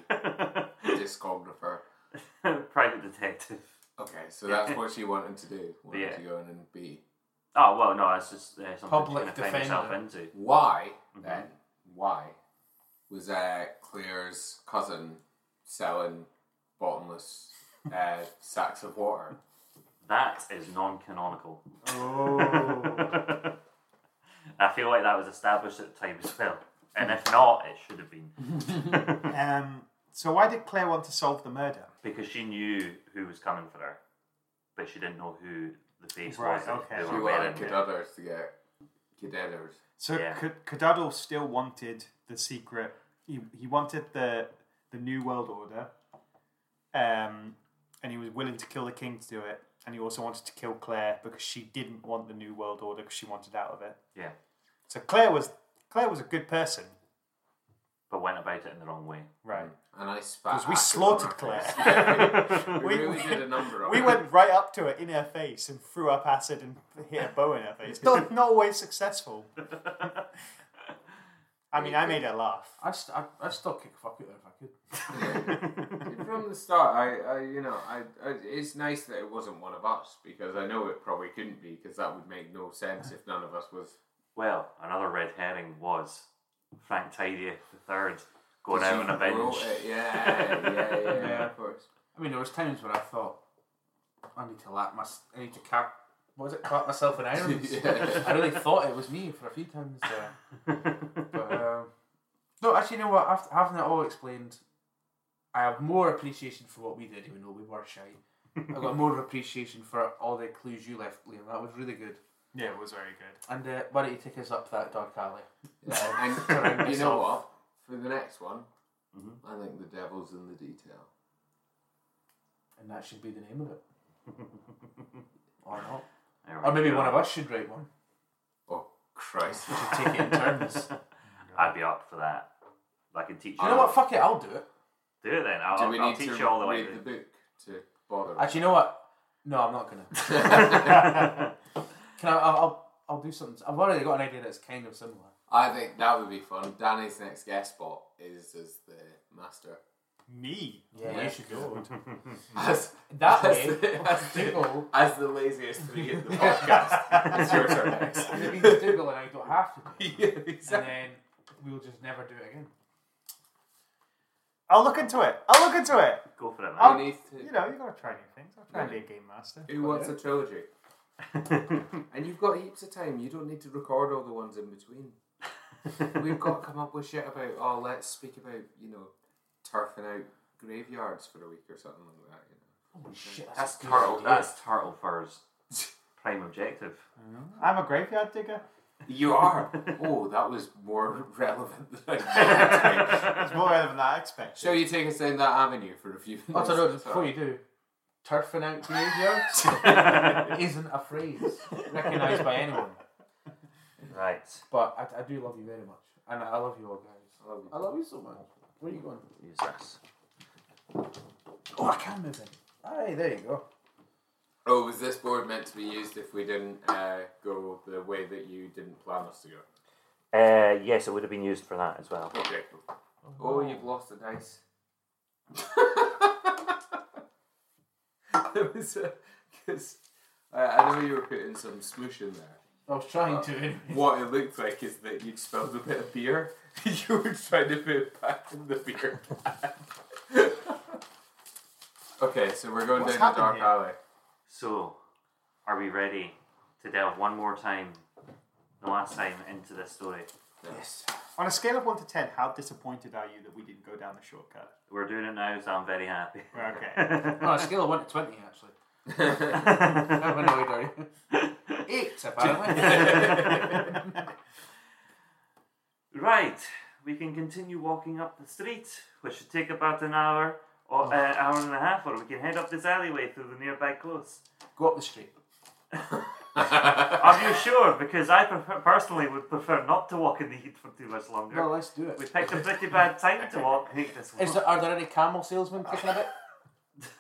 [SPEAKER 2] discographer?
[SPEAKER 4] Private detective.
[SPEAKER 2] Okay, so that's what she wanted to do. Wanted
[SPEAKER 4] Yeah.
[SPEAKER 2] to go in and be.
[SPEAKER 4] Oh well, no, that's just uh, something
[SPEAKER 5] Public
[SPEAKER 4] to find yourself
[SPEAKER 5] defender.
[SPEAKER 4] into.
[SPEAKER 2] Why, then, why was uh, Claire's cousin selling bottomless uh, sacks of water?
[SPEAKER 4] That is non-canonical.
[SPEAKER 3] Oh.
[SPEAKER 4] I feel like that was established at the time as well. And if not, it should have been.
[SPEAKER 5] Mm-hmm.
[SPEAKER 3] um. So why did Claire want to solve the murder?
[SPEAKER 4] Because she knew who was coming for her, but she didn't know who the face
[SPEAKER 3] Right,
[SPEAKER 4] was. that
[SPEAKER 3] okay.
[SPEAKER 4] they
[SPEAKER 3] She
[SPEAKER 4] were
[SPEAKER 2] She
[SPEAKER 4] wearing
[SPEAKER 2] wanted
[SPEAKER 4] it.
[SPEAKER 5] uh,
[SPEAKER 2] cadavers to get cadavers.
[SPEAKER 3] So
[SPEAKER 4] Yeah.
[SPEAKER 3] Cud Cadadal still wanted the secret. He, he wanted the the new world order, um, and he was willing to kill the king to do it. And he also wanted to kill Claire because she didn't want the new world order because she wanted out of it.
[SPEAKER 4] Yeah,
[SPEAKER 3] So Claire was Claire was a good person,
[SPEAKER 4] but went about it in the wrong way.
[SPEAKER 3] right?
[SPEAKER 2] And I spat.
[SPEAKER 3] Because we
[SPEAKER 2] acid
[SPEAKER 3] slaughtered
[SPEAKER 2] on her
[SPEAKER 3] Claire.
[SPEAKER 2] face. We, really did a number on
[SPEAKER 3] we
[SPEAKER 2] her.
[SPEAKER 3] went right up to her in her face and threw up acid and hit a bow in her face. Not, not always successful. I mean, I made her laugh.
[SPEAKER 5] I'd, st- I'd, I'd still kick fuck out if I could.
[SPEAKER 2] From the start, I, I you know, I, I, it's nice that it wasn't one of us because I know it probably couldn't be because that would make no sense if none of us was.
[SPEAKER 4] Well, another red herring was Frank Tidy the third going
[SPEAKER 2] She
[SPEAKER 4] out on a
[SPEAKER 2] wrote
[SPEAKER 4] binge.
[SPEAKER 2] it, Uh, Yeah, yeah, yeah, yeah,
[SPEAKER 5] Yeah.
[SPEAKER 2] of course.
[SPEAKER 5] I mean, there was times when I thought I need to lap my s- I need to cap. What was it? Clap myself in irons.
[SPEAKER 2] Yeah.
[SPEAKER 5] I really thought it was me for a few times there. But, um, no, actually, you know what? After having it all explained, I have more appreciation for what we did, even though we were shy. I got more of appreciation for all the clues you left, Liam. That was really good.
[SPEAKER 3] Yeah, it was very good.
[SPEAKER 5] And uh, why don't you take us up that dark alley?
[SPEAKER 2] Yeah, and you know what? For the next one,
[SPEAKER 3] Mm-hmm.
[SPEAKER 2] I think the devil's in the detail.
[SPEAKER 5] And that should be the name of it. or not.
[SPEAKER 4] There we
[SPEAKER 5] Or maybe
[SPEAKER 4] go.
[SPEAKER 5] one of us should write one.
[SPEAKER 2] Oh Christ!
[SPEAKER 5] Take it in turns.
[SPEAKER 4] I'd be up for that. I can teach you.
[SPEAKER 5] you know what? Fuck it, I'll do it.
[SPEAKER 4] Do it then. I'll,
[SPEAKER 2] Do we
[SPEAKER 4] I'll
[SPEAKER 2] need
[SPEAKER 4] teach
[SPEAKER 2] to
[SPEAKER 4] you all the way.
[SPEAKER 2] read the book to bother? us?
[SPEAKER 5] Actually, you know what? No, I'm not gonna. Can I? I'll, I'll, I'll do something. I've already got an idea that's kind of similar.
[SPEAKER 2] I think that would be fun. Danny's next guest spot is as the master.
[SPEAKER 3] Me?
[SPEAKER 6] Yeah.
[SPEAKER 3] Yes, Lord.
[SPEAKER 2] As,
[SPEAKER 5] That
[SPEAKER 2] as
[SPEAKER 5] way,
[SPEAKER 2] the, as, the,
[SPEAKER 5] Dougal,
[SPEAKER 2] as the laziest three in the podcast, it's your turn next.
[SPEAKER 5] it means Dougal and I don't have to do it.
[SPEAKER 2] yeah,
[SPEAKER 5] And
[SPEAKER 2] exactly.
[SPEAKER 5] then we'll just never do it again.
[SPEAKER 3] I'll look into it. I'll look into it.
[SPEAKER 4] Go for it, man.
[SPEAKER 3] I'll-
[SPEAKER 2] Who needs to-
[SPEAKER 3] You know, you gotta try new things. I'll try and be a game master.
[SPEAKER 2] who wants a trilogy? And you've got heaps of time. You don't need to record all the ones in between. We've got to come up with shit about, oh, let's speak about, you know, turfing out graveyards for a week or something like that. You know.
[SPEAKER 5] Holy shit,
[SPEAKER 4] that's
[SPEAKER 5] a good
[SPEAKER 4] turtle.
[SPEAKER 5] idea.
[SPEAKER 4] That's turtle fur's prime objective.
[SPEAKER 3] I'm a graveyard digger.
[SPEAKER 2] You are. oh, that was more relevant than I thought.
[SPEAKER 3] It's more relevant than I expected.
[SPEAKER 2] Shall you take us down that avenue for a few minutes?
[SPEAKER 5] Oh, so no, just before
[SPEAKER 2] Sorry.
[SPEAKER 5] you do, turfing out graveyards isn't a phrase recognised by anyone.
[SPEAKER 4] Right.
[SPEAKER 5] But I, I do love you very much. And I, I love you all, guys.
[SPEAKER 2] I love you.
[SPEAKER 5] I love you so much. Where are you going?
[SPEAKER 4] Use this.
[SPEAKER 3] Oh, I can move it.
[SPEAKER 5] Aye, there you go.
[SPEAKER 2] Oh, was this board meant to be used if we didn't uh, go the way that you didn't plan us to go?
[SPEAKER 4] Uh, yes, it would have been used for that as well.
[SPEAKER 2] Okay. Oh, you've lost the dice. there was a because I, I know you were putting some smoosh in there.
[SPEAKER 5] I was trying to. anyway.
[SPEAKER 2] What it looked like is that you'd spilled a bit of beer. you were trying to put it back in the beer can. okay, so we're going
[SPEAKER 3] What's
[SPEAKER 2] down the dark
[SPEAKER 3] happened here?
[SPEAKER 2] alley.
[SPEAKER 4] So, are we ready to delve one more time, the last time, into this story?
[SPEAKER 5] Yes.
[SPEAKER 3] On a scale of 1 to 10, how disappointed are you that we didn't go down the shortcut?
[SPEAKER 4] We're doing it now, so I'm very happy.
[SPEAKER 3] Okay.
[SPEAKER 5] On a scale of 1 to 20, actually. I'm annoyed, are you? Eight, apparently.
[SPEAKER 4] Right, we can continue walking up the street, which should take about an hour or uh, hour and a half, or we can head up this alleyway through the nearby close.
[SPEAKER 5] go up the street.
[SPEAKER 4] Are you sure? Because I prefer, personally would prefer not to walk in the heat for too much longer.
[SPEAKER 5] No, let's do
[SPEAKER 4] we
[SPEAKER 5] it.
[SPEAKER 4] picked a pretty bad time to walk hate
[SPEAKER 5] Is
[SPEAKER 4] this one.
[SPEAKER 5] there, are there any camel salesmen kicking a bit?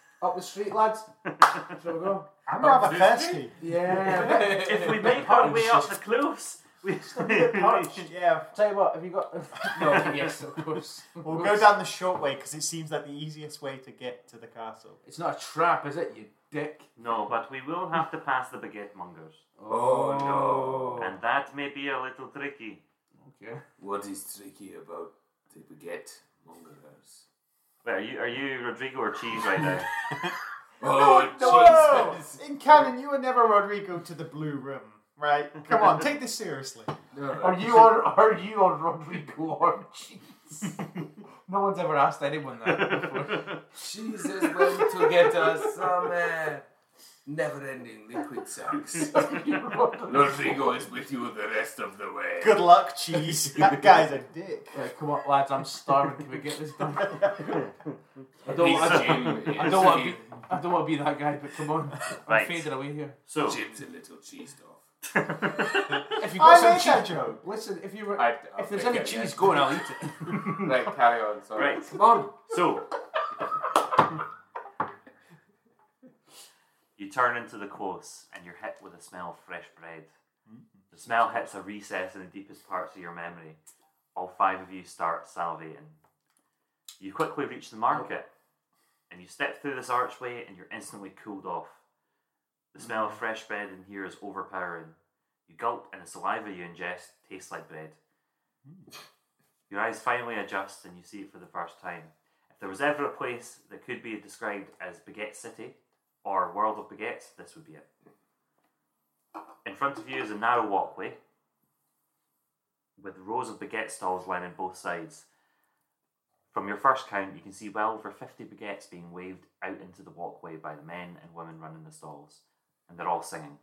[SPEAKER 5] up the street, lads? Shall we go?
[SPEAKER 3] I'm rather
[SPEAKER 2] Tuesday?
[SPEAKER 3] thirsty.
[SPEAKER 5] Yeah, a bit.
[SPEAKER 4] If we make our way up the cliffs, we
[SPEAKER 3] yeah,
[SPEAKER 5] Tell you what, have you got. no, yes, of course.
[SPEAKER 3] we'll go down the short way because it seems like the easiest way to get to the castle.
[SPEAKER 5] It's not a trap, is it, you dick?
[SPEAKER 4] no, but we will have to pass the baguette mongers,
[SPEAKER 2] Oh, no.
[SPEAKER 4] and that may be a little tricky.
[SPEAKER 5] Okay.
[SPEAKER 2] What is tricky about the baguette mongers?
[SPEAKER 4] Wait, are you are you Rodrigo or Cheese right now?
[SPEAKER 2] Oh,
[SPEAKER 3] No!
[SPEAKER 2] Jesus.
[SPEAKER 3] In canon, you were never Rodrigo to the blue room, right? Come on, take this seriously.
[SPEAKER 2] No,
[SPEAKER 5] Are you on? Are you on Rodrigo or cheese? no one's ever asked anyone that before.
[SPEAKER 2] Jesus went to get us some uh, never-ending liquid sex. Rodrigo is with you the rest of the way.
[SPEAKER 3] Good luck, cheese. That guy's a dick.
[SPEAKER 5] Right, come on, lads, I'm starving. Can we get this done? I don't.
[SPEAKER 2] He's
[SPEAKER 5] I,
[SPEAKER 2] Jim.
[SPEAKER 5] I don't want to be. I don't want to be that guy, but come on, I'm
[SPEAKER 4] Right.
[SPEAKER 5] fading away here.
[SPEAKER 4] So
[SPEAKER 2] Jim's a little cheesed off.
[SPEAKER 5] If you
[SPEAKER 3] I
[SPEAKER 5] got
[SPEAKER 3] made
[SPEAKER 5] some
[SPEAKER 3] that
[SPEAKER 5] cheese,
[SPEAKER 3] joke.
[SPEAKER 5] listen. If you were,
[SPEAKER 2] I- I'll
[SPEAKER 5] if there's
[SPEAKER 2] take
[SPEAKER 5] any
[SPEAKER 2] it, yeah.
[SPEAKER 5] cheese going, I'll eat it.
[SPEAKER 2] Right, carry on. Sorry.
[SPEAKER 4] Right.
[SPEAKER 2] Come on.
[SPEAKER 4] So, you turn into the close and you're hit with a smell of fresh bread. The smell hits a recess in the deepest parts of your memory. All five of you start salivating. You quickly reach the market and you step through this archway and you're instantly cooled off. The smell of fresh bread in here is overpowering. You gulp and the saliva you ingest tastes like bread. Your eyes finally adjust and you see it for the first time. If there was ever a place that could be described as Baguette City or World of Baguettes, this would be it. In front of you is a narrow walkway with rows of baguette stalls lining both sides. From your first count, you can see well over 50 baguettes being waved out into the walkway by the men and women running the stalls, and they're all singing.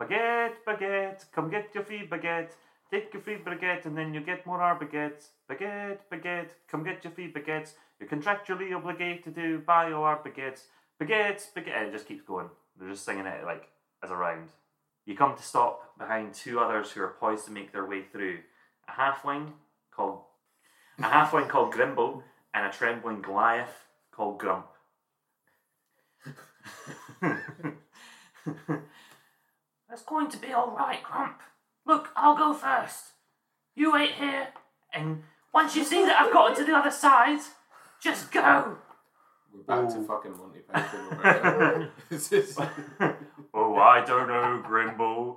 [SPEAKER 4] Baguette, baguette, come get your free baguette. Take your free baguette and then you get more our baguettes. Baguette, baguette, come get your free baguettes. You're contractually obligated to buy all our baguettes. Baguettes, baguette. And it just keeps going. They're just singing it like as a round. You come to stop behind two others who are poised to make their way through. A halfling called a halfling called Grimble and a trembling Goliath called Grump. That's going to be all right, Grump. Look, I'll go first. You wait here, and once you see that I've gotten to the other side, Just go!
[SPEAKER 2] We're back to fucking Monty Python. over here. This is-
[SPEAKER 4] Oh, I don't know, Grimble.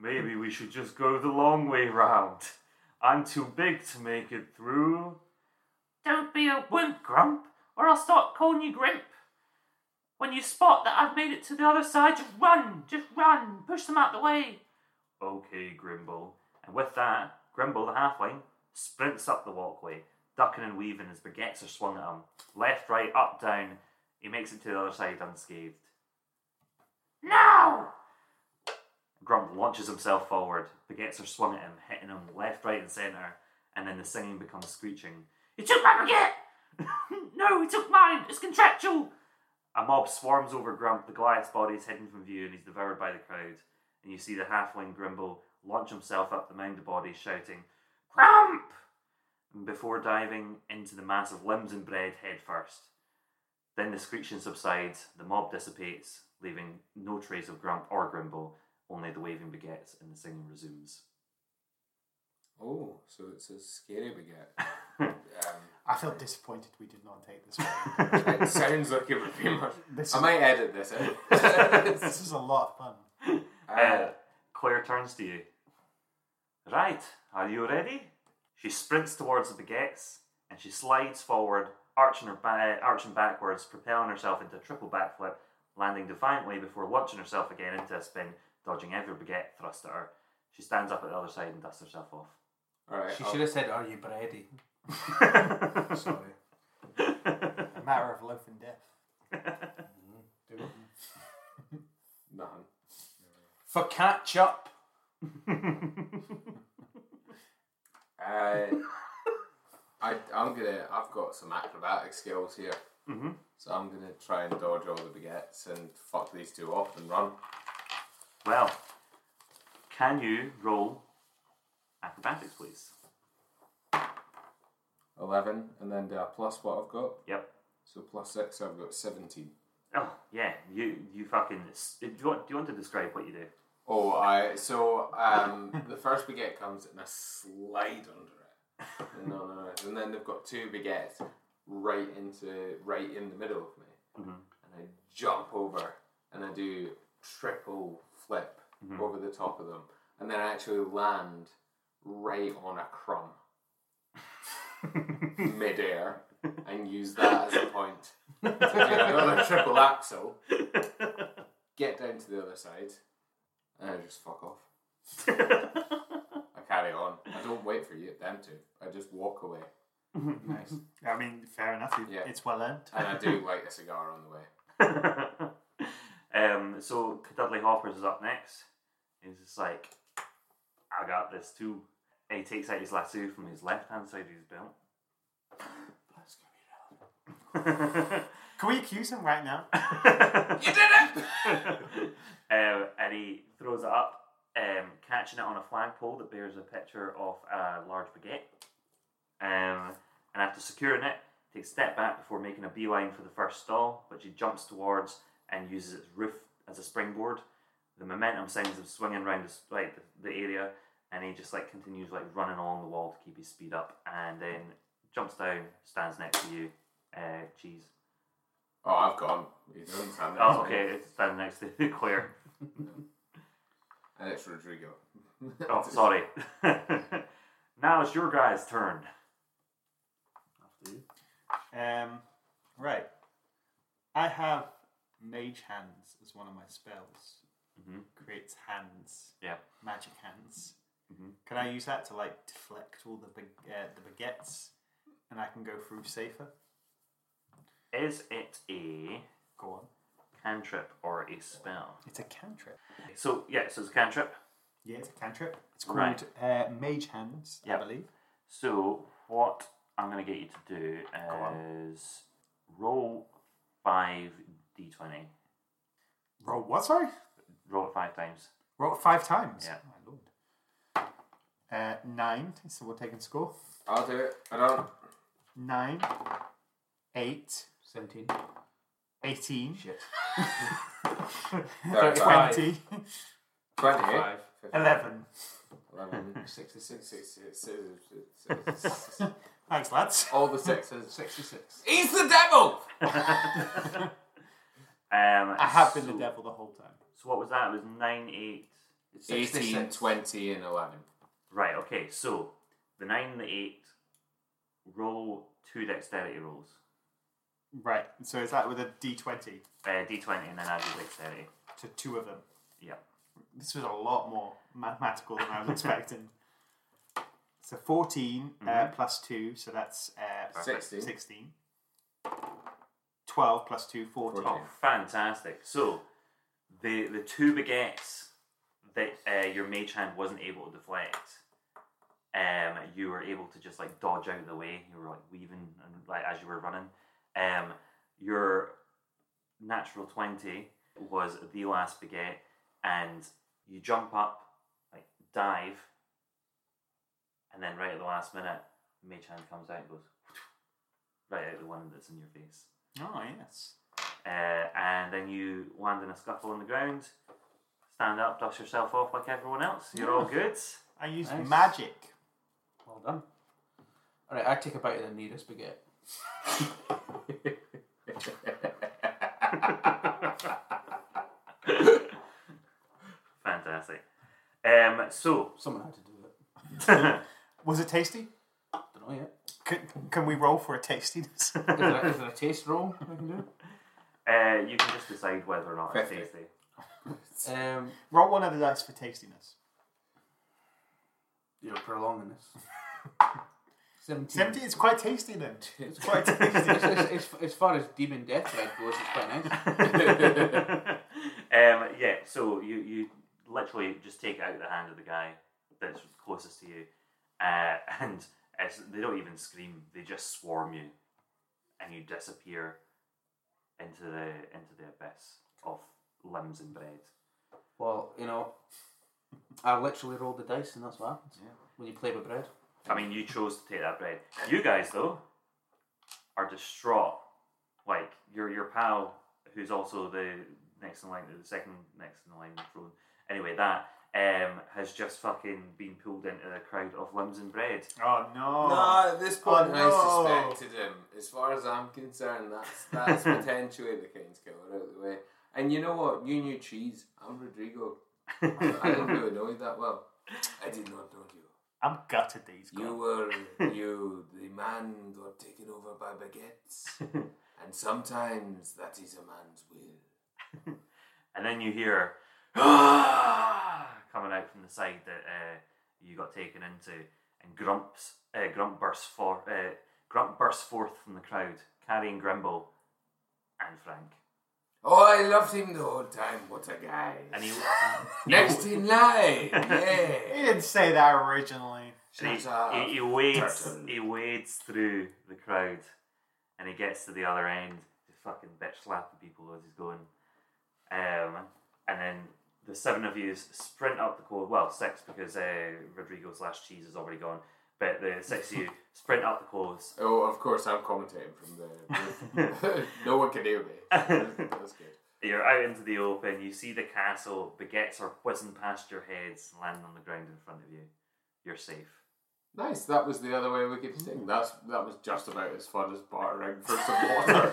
[SPEAKER 4] Maybe we should just go the long way round. I'm too big to make it through. Don't be a wimp, Grump, or I'll start calling you Grimp. When you spot that I've made it to the other side, just run, just run, push them out the way. Okay, Grimble. And with that, Grimble the halfling sprints up the walkway, ducking and weaving as baguettes are swung at him. Left, right, up, down. He makes it to the other side unscathed. Now! Grump launches himself forward. Baguettes are swung at him, hitting him left, right, and centre, and then the singing becomes screeching. He took my baguette! no, he took mine! It's contractual! A mob swarms over Grump, the Goliath's body is hidden from view, and he's devoured by the crowd. And you see the halfling Grimble launch himself up the mound of bodies, shouting, Grump! And before diving into the mass of limbs and bread head first. Then the screeching subsides, the mob dissipates, leaving no trace of Grump or Grimble, only the waving baguettes and the singing resumes.
[SPEAKER 2] oh, so it's a scary baguette. Um,
[SPEAKER 3] I felt disappointed we did not take this one.
[SPEAKER 2] it sounds like it would be much.
[SPEAKER 3] This
[SPEAKER 2] I
[SPEAKER 3] is-
[SPEAKER 2] might edit this out.
[SPEAKER 3] this is a lot of fun.
[SPEAKER 2] Uh,
[SPEAKER 4] Claire turns to you. Right, are you ready? She sprints towards the baguettes and she slides forward, arching her ba- arching backwards, propelling herself into a triple backflip, landing defiantly before launching herself again into a spin, dodging every baguette thrust at her. She stands up at the other side and dusts herself off.
[SPEAKER 2] all right.
[SPEAKER 5] She
[SPEAKER 2] I'll-
[SPEAKER 5] should have said, "Are you ready?" Sorry.
[SPEAKER 3] A matter of life and death.
[SPEAKER 5] Mm-hmm.
[SPEAKER 2] Nothing.
[SPEAKER 5] For catch up.
[SPEAKER 2] Uh, I, I'm gonna. I've got some acrobatic skills here,
[SPEAKER 3] Mm-hmm.
[SPEAKER 4] Mhm.
[SPEAKER 2] so I'm gonna try and dodge all the baguettes and fuck these two off and run.
[SPEAKER 4] Well, can you roll acrobatics, please?
[SPEAKER 2] Eleven, and then do a plus what I've got.
[SPEAKER 4] Yep.
[SPEAKER 2] So plus six, I've got seventeen.
[SPEAKER 4] Oh yeah, you you fucking. Do you want, do you want to describe what you do?
[SPEAKER 2] Oh, I so um, the first baguette comes and I slide under it. No, no, no. And then they've got two baguettes right into right in the middle of me, and I jump over and I do triple flip over the top of them, and then I actually land right on a crumb midair and use that as a point to do another triple axel. Get down to the other side. And I just fuck off. I carry on. I don't wait for you, them to. I just walk away.
[SPEAKER 5] Nice.
[SPEAKER 3] I mean, fair enough. it-
[SPEAKER 2] Yeah.
[SPEAKER 3] It's well earned.
[SPEAKER 2] And I do light a cigar on the way.
[SPEAKER 4] um, so Dudley Hoppers is up next. He's just like, I got this too. And he takes out his lasso from his left hand side of his belt.
[SPEAKER 3] Can we accuse him right now?
[SPEAKER 4] you did it! um, and he throws it up, um, catching it on a flagpole that bears a picture of a large baguette. Um, and after securing it, takes a step back before making a beeline for the first stall, which he jumps towards and uses its roof as a springboard. The momentum sends him swinging around the, like, the, the area, and he just like continues like running along the wall to keep his speed up, and then jumps down, stands next to you, uh, cheese.
[SPEAKER 2] Oh, I've gone. He doesn't stand next
[SPEAKER 4] Oh,
[SPEAKER 2] to me.
[SPEAKER 4] okay, it's standing next to Claire.
[SPEAKER 2] And it's Rodrigo.
[SPEAKER 4] Oh, sorry. now it's your guy's turn.
[SPEAKER 3] Um, right. I have Mage Hands as one of my spells.
[SPEAKER 4] Mhm.
[SPEAKER 3] Creates hands,
[SPEAKER 4] Yeah.
[SPEAKER 3] magic hands.
[SPEAKER 4] Mhm.
[SPEAKER 3] Can I use that to like deflect all the big, uh, the baguettes, and I can go through safer?
[SPEAKER 4] Is it a
[SPEAKER 3] Go on.
[SPEAKER 4] cantrip or a spell?
[SPEAKER 3] It's a cantrip.
[SPEAKER 4] So, yeah, so it's a cantrip.
[SPEAKER 3] Yeah, it's a cantrip. It's called
[SPEAKER 4] Right.
[SPEAKER 3] uh, Mage Hands,
[SPEAKER 4] Yeah.
[SPEAKER 3] I believe.
[SPEAKER 4] So, what I'm going to get you to do is roll 5d20.
[SPEAKER 3] Roll what? Sorry.
[SPEAKER 4] Roll it five times.
[SPEAKER 3] Roll it five times.
[SPEAKER 4] Yeah.
[SPEAKER 3] Oh, my lord. Uh, nine. So we're taking score.
[SPEAKER 2] I'll do it. I don't.
[SPEAKER 3] Nine, eight,
[SPEAKER 5] Seventeen.
[SPEAKER 3] 18,
[SPEAKER 5] Shit.
[SPEAKER 2] 35.
[SPEAKER 3] 20,
[SPEAKER 2] 20.
[SPEAKER 5] 5.
[SPEAKER 3] 11.
[SPEAKER 2] eleven,
[SPEAKER 1] Sixty-six.
[SPEAKER 2] six, six, six, six, six, six.
[SPEAKER 3] Thanks, lads.
[SPEAKER 2] all the sixes.
[SPEAKER 1] Sixty-six.
[SPEAKER 2] He's the devil.
[SPEAKER 4] Um,
[SPEAKER 3] I have been
[SPEAKER 4] so,
[SPEAKER 3] the devil the whole time.
[SPEAKER 4] So what was that? It was nine eight.
[SPEAKER 2] 18,
[SPEAKER 1] 66.
[SPEAKER 2] 20, and eleven.
[SPEAKER 4] Right. Okay. So the nine and the eight roll two dexterity rolls.
[SPEAKER 3] Right. So is that with a D20
[SPEAKER 4] Uh, D twenty and then add your dexterity.
[SPEAKER 3] to two of them?
[SPEAKER 4] Yeah.
[SPEAKER 3] This was a lot more mathematical than I was expecting. So 14 uh,
[SPEAKER 4] Mhm.
[SPEAKER 3] plus 2, so that's uh,
[SPEAKER 2] Sixteen.
[SPEAKER 3] 16. 12 plus 2, 14.
[SPEAKER 2] Fourteen.
[SPEAKER 4] Oh, fantastic! So the the two baguettes that uh, your mage hand wasn't able to deflect. Um, you were able to just like dodge out of the way. You were like weaving and like as you were running. Um, your natural twenty was the last baguette, and you jump up, like dive, and then right at the last minute, mage hand comes out and goes right out the one that's in your face
[SPEAKER 3] Oh, yes.
[SPEAKER 4] uh, and then you land in a scuffle on the ground, stand up, dust yourself off like everyone else. You're all good.
[SPEAKER 3] I used
[SPEAKER 5] Nice.
[SPEAKER 3] magic.
[SPEAKER 5] Well done. All right, I take a bite of the nearest baguette.
[SPEAKER 4] Fantastic. Um, so, uh,
[SPEAKER 5] Someone had to do it.
[SPEAKER 3] Was it tasty?
[SPEAKER 5] Don't know yet.
[SPEAKER 3] Can, can we roll for a tastiness?
[SPEAKER 5] Is there, a, is there a taste roll I can do?
[SPEAKER 4] uh, you can just decide whether or not it's
[SPEAKER 2] Fifty.
[SPEAKER 4] tasty.
[SPEAKER 5] Um,
[SPEAKER 3] roll one of the dice for tastiness.
[SPEAKER 5] you're prolonging this. 17.
[SPEAKER 3] 70 is quite tasty then. It's quite tasty.
[SPEAKER 5] It's- it's- it's- as far as Demon Death Red goes, it's quite nice.
[SPEAKER 4] um, yeah, so you, you literally just take it out of the hand of the guy that's closest to you, uh, and it's, they don't even scream, they just swarm you, and you disappear into the into the abyss of limbs and bread.
[SPEAKER 5] Well, you know, I literally rolled the dice, and that's what happens when you play with bread.
[SPEAKER 4] I mean, you chose to take that bread. You guys, though, are distraught. Like your your pal, who's also the next in line, the second next in line throne. Anyway, that um, has just fucking been pulled into the crowd of limbs and bread.
[SPEAKER 3] Oh, no.
[SPEAKER 2] No, at this point,
[SPEAKER 3] Oh,
[SPEAKER 2] I
[SPEAKER 3] no.
[SPEAKER 2] suspected him. As far as I'm concerned, that's that's potentially the King's Killer out of the way. And you know what? You knew cheese. I'm Rodrigo. I didn't really know you that well. I did not know you.
[SPEAKER 3] I'm gutted these guys.
[SPEAKER 2] You were you the man got taken over by baguettes, and sometimes that is a man's will.
[SPEAKER 4] and then you hear "Ah," coming out from the side that uh, you got taken into, and Grumps uh, Grump bursts for uh, Grump bursts forth from the crowd carrying Grimble and Frank,
[SPEAKER 2] Oh, I loved him the whole time. What a guy!
[SPEAKER 4] and he.
[SPEAKER 2] Next in line, yeah.
[SPEAKER 3] He didn't say that originally.
[SPEAKER 4] And
[SPEAKER 2] Shut up.
[SPEAKER 4] he, he, he wades
[SPEAKER 2] Turtle.
[SPEAKER 4] he wades through the crowd and he gets to the other end to fucking bitch slap the people as he's going. Um, and then the seven of you sprint up the corridor. Well, six because uh, Rodrigo slash Cheese is already gone. But the six of you sprint up the course.
[SPEAKER 2] Oh, of course, I'm commentating from there. no one can hear me. That's good.
[SPEAKER 4] You're out into the open. You see the castle. Baguettes are whizzing past your heads and landing on the ground in front of you. You're safe.
[SPEAKER 2] Nice. That was the other way we could sing. That's that was just about as fun as bartering for some water.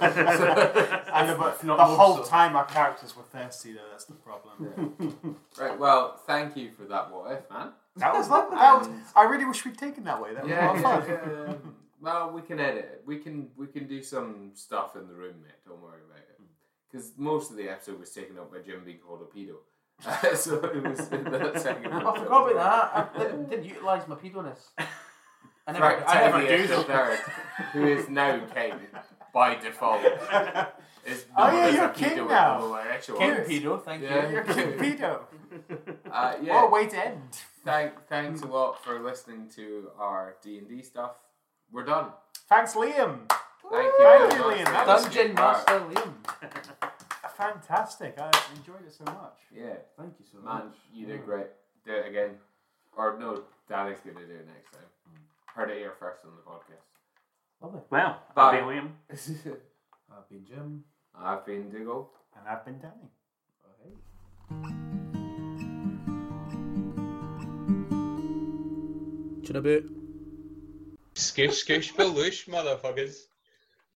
[SPEAKER 3] I know, but the
[SPEAKER 1] Not more
[SPEAKER 3] whole
[SPEAKER 1] so.
[SPEAKER 3] time our characters were thirsty, though. That's the problem.
[SPEAKER 2] right. Well, thank you for that. What if, man?
[SPEAKER 3] That was lovely. That was, I really wish we'd taken that way. That was a
[SPEAKER 2] Yeah.
[SPEAKER 3] lot of fun.
[SPEAKER 2] yeah, yeah. well, we can edit. it. We can we can do some stuff in the room, mate. Don't worry about
[SPEAKER 5] Hmm.
[SPEAKER 2] it. Because most of the episode was taken up by Jim being called a pedo. so it was that second.
[SPEAKER 5] I forgot about that. I didn't, didn't utilise my pedoness. I never,
[SPEAKER 2] Right,
[SPEAKER 5] I never do
[SPEAKER 2] Teddy is the
[SPEAKER 5] them.
[SPEAKER 2] third, who is now king by default. Is
[SPEAKER 3] Oh,
[SPEAKER 2] known
[SPEAKER 3] yeah,
[SPEAKER 2] as a
[SPEAKER 3] Oh, you're king
[SPEAKER 2] pedo
[SPEAKER 3] now.
[SPEAKER 2] in all our rituals.
[SPEAKER 5] King pedo, thank
[SPEAKER 2] Yeah.
[SPEAKER 5] you.
[SPEAKER 3] You're a pedo.
[SPEAKER 2] Uh, yeah.
[SPEAKER 3] What a way to end.
[SPEAKER 2] Thank, thanks a lot for listening to our D and D stuff. We're done.
[SPEAKER 3] Thanks, Liam.
[SPEAKER 2] Thank
[SPEAKER 3] Thank
[SPEAKER 2] you.
[SPEAKER 3] you,
[SPEAKER 2] very
[SPEAKER 3] Liam.
[SPEAKER 2] much.
[SPEAKER 3] That was
[SPEAKER 5] Dungeon Master Liam.
[SPEAKER 3] Fantastic. I enjoyed it so much.
[SPEAKER 2] Yeah,
[SPEAKER 5] Thank you so much.
[SPEAKER 2] man, you did great. Do it again, or no, Danny's gonna do it next time. Heard it here first on the podcast.
[SPEAKER 5] Lovely.
[SPEAKER 4] Well,
[SPEAKER 2] Bye.
[SPEAKER 4] I've been William.
[SPEAKER 5] I've been Jim.
[SPEAKER 2] I've been Diggle.
[SPEAKER 3] And I've been Danny.
[SPEAKER 5] Oh, hey.
[SPEAKER 7] Chin about.
[SPEAKER 2] Scoosh, scoosh, baloosh, motherfuckers.